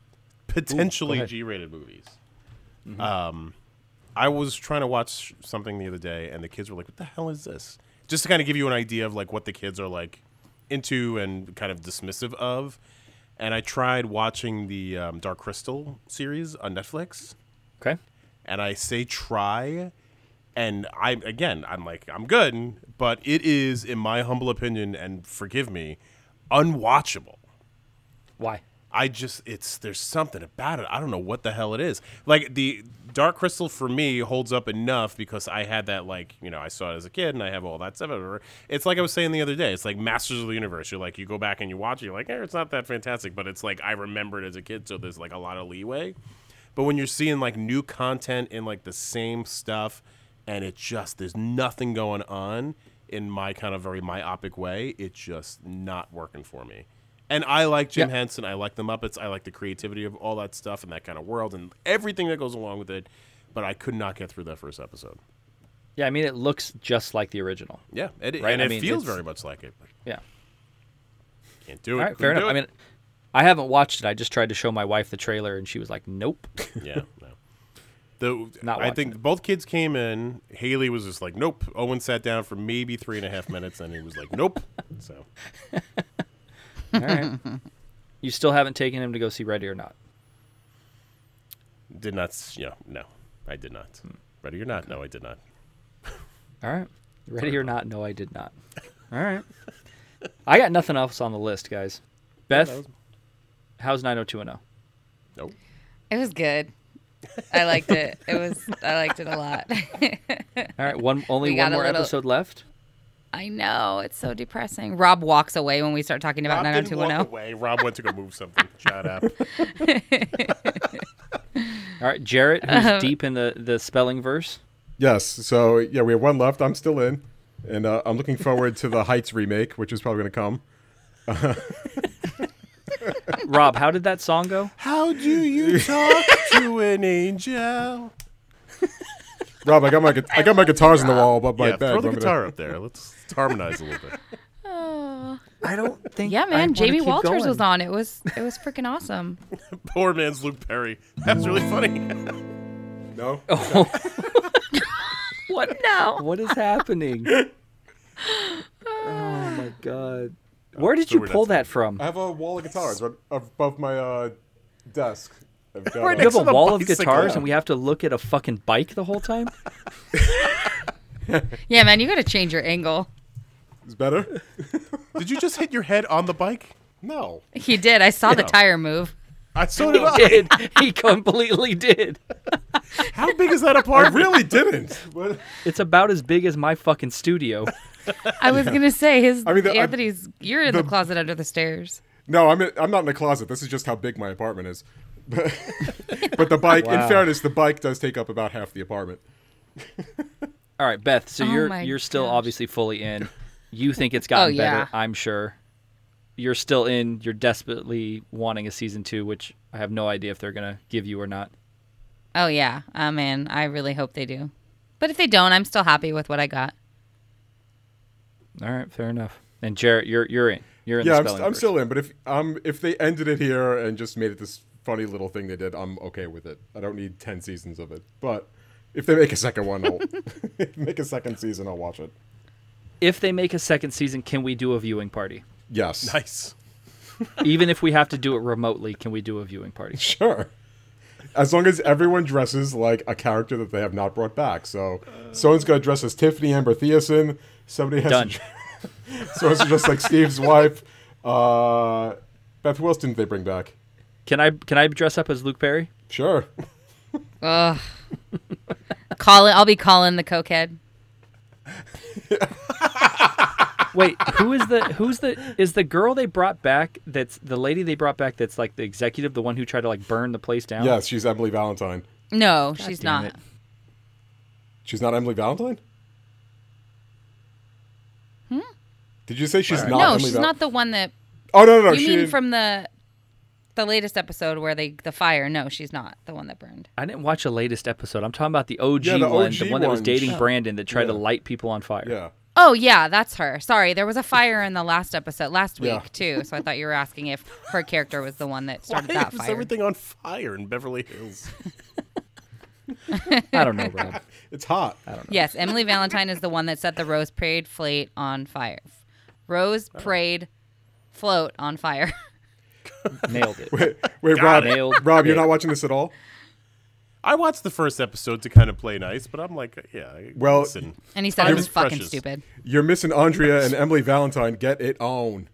D: potentially
A: ahead.
D: G-rated movies. Um, I was trying to watch something the other day, and the kids were like, "What the hell is this?" Just to kind of give you an idea of like what the kids are like into and kind of dismissive of. And I tried watching the um, Dark Crystal series on Netflix,
A: okay.
D: and I say try, and I again I'm like I'm good, but it is, in my humble opinion, and forgive me, unwatchable.
A: Why?
D: I just it's there's something about it. I don't know what the hell it is. Like the Dark Crystal for me holds up enough because I had that like you know I saw it as a kid and I have all that stuff. It's like I was saying the other day. It's like Masters of the Universe. You're like you go back and you watch it. You're like, eh, it's not that fantastic, but it's like I remembered as a kid, so there's like a lot of leeway. But when you're seeing like new content in like the same stuff, and it just there's nothing going on in my kind of very myopic way, it's just not working for me. And I like Jim
A: Yeah.
D: Henson. I like the Muppets. I like the creativity of all that stuff and that kind of world and everything that goes along with it. But I could not get through that first episode.
A: Yeah, I mean, it looks just like the original.
D: Yeah, it,
A: Right,
D: and
A: I
D: it
A: mean,
D: feels
A: it's-
D: very much like it. But
A: Yeah.
D: can't do it.
A: All right, fair
D: Couldn't
A: enough. I mean, I haven't watched it. I just tried to show my wife the trailer, and she was like, "Nope."
D: do it. yeah, no. The,
A: Not
D: I
A: watching
D: think both kids came in. Haley was just like, "Nope." Owen sat down for maybe three and a half minutes, and he was like, "Nope." So
A: All right. you still haven't taken him to go see Ready or Not.
D: did not. s- You know, no, I did not. Ready or not? No, I did not.
A: All right. Ready or not? No, I did not. All right. I got nothing else on the list, guys. Beth, how's 90210?
D: Nope.
B: it was good. I liked it. It was. I liked it a lot.
A: All right, one only one
B: We got a
A: more
B: little-
A: episode left.
B: I know. It's so depressing. Rob walks away when we start talking about
D: Rob didn't walk
B: 90210.
D: away. Rob went to go move something. Shut up.
A: All right, Jarrett, who's deep in the the spelling verse.
C: Yes. So yeah, we have one left. I'm still in, and uh, I'm looking forward to the Heights remake, which is probably going to come.
A: Rob, how did that song go?
D: How do you talk to an angel?
C: Rob, I got my gu- I got my guitars on the wall, but my
D: yeah,
C: bag.
D: throw the
C: I'm gonna-
D: guitar up there. Let's, let's harmonize a little bit.
A: I don't think.
B: Yeah, man. Jamie Walters was on. It was. It was freaking awesome.
D: Poor man's Luke Perry. That's really funny.
C: No.
A: What?
B: No.
A: What is happening? oh my god.
C: Oh,
A: Where did you
D: Stuart,
A: pull that
D: that's-
A: from?
C: I have a wall of guitars right above my uh, desk. I've got
D: Right
C: a-
A: You have
D: next
A: a
D: on a
A: wall of
D: bicycle.
A: guitars, and we have to look at a fucking bike the whole time.
B: Yeah, man. You got to change your angle.
C: it's better.
D: Did you just hit your head on the bike?
C: No.
B: He did. I saw the
D: Yeah.
B: tire move.
D: I so did
A: He
D: I.
A: did. He completely did.
D: How big is that
C: I
D: apartment?
C: really didn't. What?
A: It's about as big as my fucking studio.
B: I was gonna say his.
C: I mean, the- I-
B: Anthony's. you're in the,
C: the-
B: closet under the stairs.
C: No, I'm in, I'm not in the closet. This is just how big my apartment is. But, but the bike,
A: Wow.
C: in fairness, the bike does take up about half the apartment.
A: All right, Beth. So
B: Oh
A: you're
B: my
A: you're still
B: gosh.
A: obviously fully in. You think it's gotten
B: Oh, yeah.
A: better? I'm sure. You're still in. You're desperately wanting a season two, which I have no idea if they're gonna give you or not.
B: Oh yeah. Oh man. I really hope they do. But if they don't, I'm still happy with what I got.
A: All right, fair enough. And Jarrett, you're you're in. You're in.
C: yeah,
A: the
C: I'm,
A: spelling
C: st- I'm
A: verse.
C: still in. But if um if they ended it here and just made it this funny little thing they did, I'm okay with it. I don't need ten seasons of it. But if they make a second one, I'll make a second season. I'll watch it.
A: If they make a second season, can we do a viewing party?
C: Yes,
D: Nice.
A: Even if we have to do it remotely, can we do a viewing party?
C: sure. As long as everyone dresses like a character that they have not brought back. So someone's got to dress as Tiffany Amber Thiessen. Somebody has
A: Done.
C: to. So it's just like Steve's wife. Uh, Beth Wilson did they bring back?
A: Can I can I dress up as Luke Perry?
C: Sure.
B: Ugh. Colin, I'll be Colin the cokehead.
A: Wait, who is the who's the is the girl they brought back? That's the lady they brought back. That's like the executive, the one who tried to like burn the place down.
C: Yes, she's Emily Valentine.
B: No, she's
A: damn
B: not.
A: it.
C: She's not Emily Valentine? Did you say she's not
B: No,
C: Emily
B: she's
C: Val-
B: Hmm? not the one that
C: Oh, no, no, no.
B: you
C: she
B: mean
C: didn't-
B: from the the latest episode where they the fire. No, she's not the one that burned.
A: I didn't watch the latest episode. I'm talking about the OG
C: Yeah, the
A: one, the
C: OG
A: one that was
C: one.
A: dating
C: Oh.
A: Brandon that tried to
C: Yeah.
A: light people on fire.
C: Yeah.
B: Oh yeah, that's her. Sorry, there was a fire in the last episode last week
C: Yeah.
B: too. So I thought you were asking if her character was the one that
D: Why
B: started that
D: is
B: fire.
D: everything on fire in Beverly Hills?
A: I don't know, Rob.
C: It's hot.
B: Yes, Emily Valentine is the one that set the Rose Parade float on fire. Rose Parade float on fire.
A: Nailed it.
C: Wait, wait
D: Got
C: Rob.
A: it. Nailed
C: Rob,
A: it.
C: you're not watching this at all?
D: I watched the first episode to kind of play nice, but I'm like, yeah. I-
C: Well,
D: listen,
B: And he said
D: Time
B: it was
D: is
B: fucking
D: precious.
B: stupid.
C: You're missing Andrea and Emily Valentine. Get it on.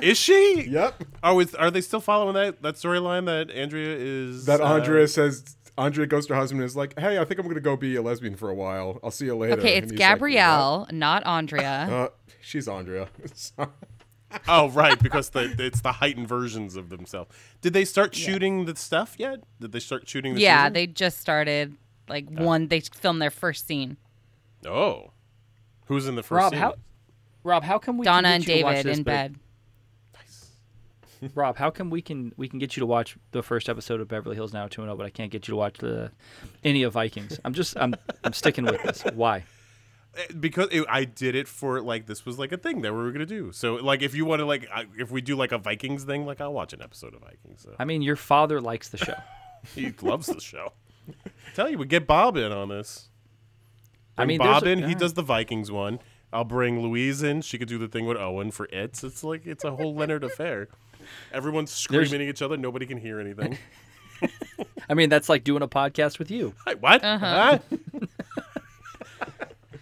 D: is she?
C: Yep.
D: Are we, Oh, Are they still following that that storyline that Andrea is?
C: That
D: uh,
C: Andrea says. Andrea goes to her husband and is like, "Hey, I think I'm gonna go be a lesbian for a while. I'll see you later."
B: Okay,
C: And
B: it's
C: he's like,
B: Gabrielle, not Andrea.
C: "What?" uh, she's Andrea. Sorry.
D: Oh, right, because the, it's the heightened versions of themselves. Did they start shooting the stuff yet? Did they start shooting? The
B: yeah,
D: season?
B: they just started like one. They filmed their first scene.
D: Oh, who's in the first?
A: Rob,
D: scene?
A: how Rob, how come we
B: Donna
A: can
B: and
A: get you to watch
B: David
A: this,
B: in
A: but-
B: bed.
A: Rob, how come we can we can get you to watch the first episode of Beverly Hills Now 2.0, but I can't get you to watch the any of Vikings? I'm just I'm I'm sticking with this. Why?
D: because it, I did it for like this was like a thing that we were gonna do. So like if you want to like I, if we do like a Vikings thing, like I'll watch an episode of Vikings. uh, So.
A: I mean, your father likes the show.
D: He loves the show. Tell you, we get Bob in on this.
A: I
D: Bring
A: mean, there's
D: Bob
A: a-
D: in. He
A: alright.
D: does the Vikings one. I'll bring Louise in. She could do the thing with Owen for it. It's like it's a whole Leonard affair. Everyone's
A: There's-
D: screaming at each other. Nobody can hear anything.
A: I mean, that's like doing a podcast with you.
D: Hi, what?
A: Uh-huh.
D: Huh?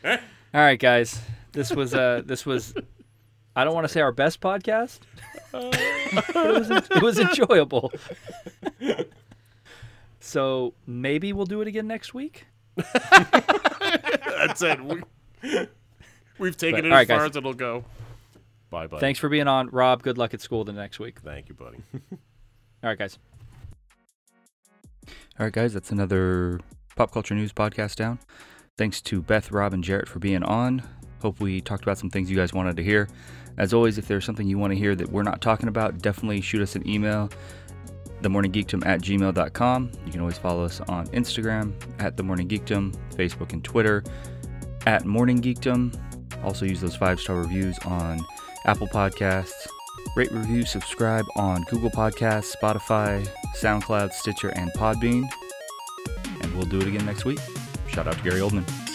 A: All right, guys. This was uh this was I don't want to say our best podcast. but it, was, en- it was enjoyable. so maybe we'll do it again next week.
D: That's it. We, we've taken
A: But-
D: it
A: all right,
D: as far
A: guys.
D: as it'll go. Bye, bye.
A: Thanks for being on, Rob. Good luck at school the next week.
D: Thank you, buddy.
A: All right, guys. All right, guys. That's another pop culture news podcast down. Thanks to Beth, Rob, and Jarrett for being on. Hope we talked about some things you guys wanted to hear. As always, if there's something you want to hear that we're not talking about, definitely shoot us an email, themorninggeekdom at gmail.com. You can always follow us on Instagram at themorninggeekdom, Facebook and Twitter at morninggeekdom. Also use those five-star reviews on Apple Podcasts, Rate, review, subscribe on Google Podcasts, Spotify, SoundCloud, Stitcher, and Podbean. And we'll do it again next week. Shout out to Gary Oldman.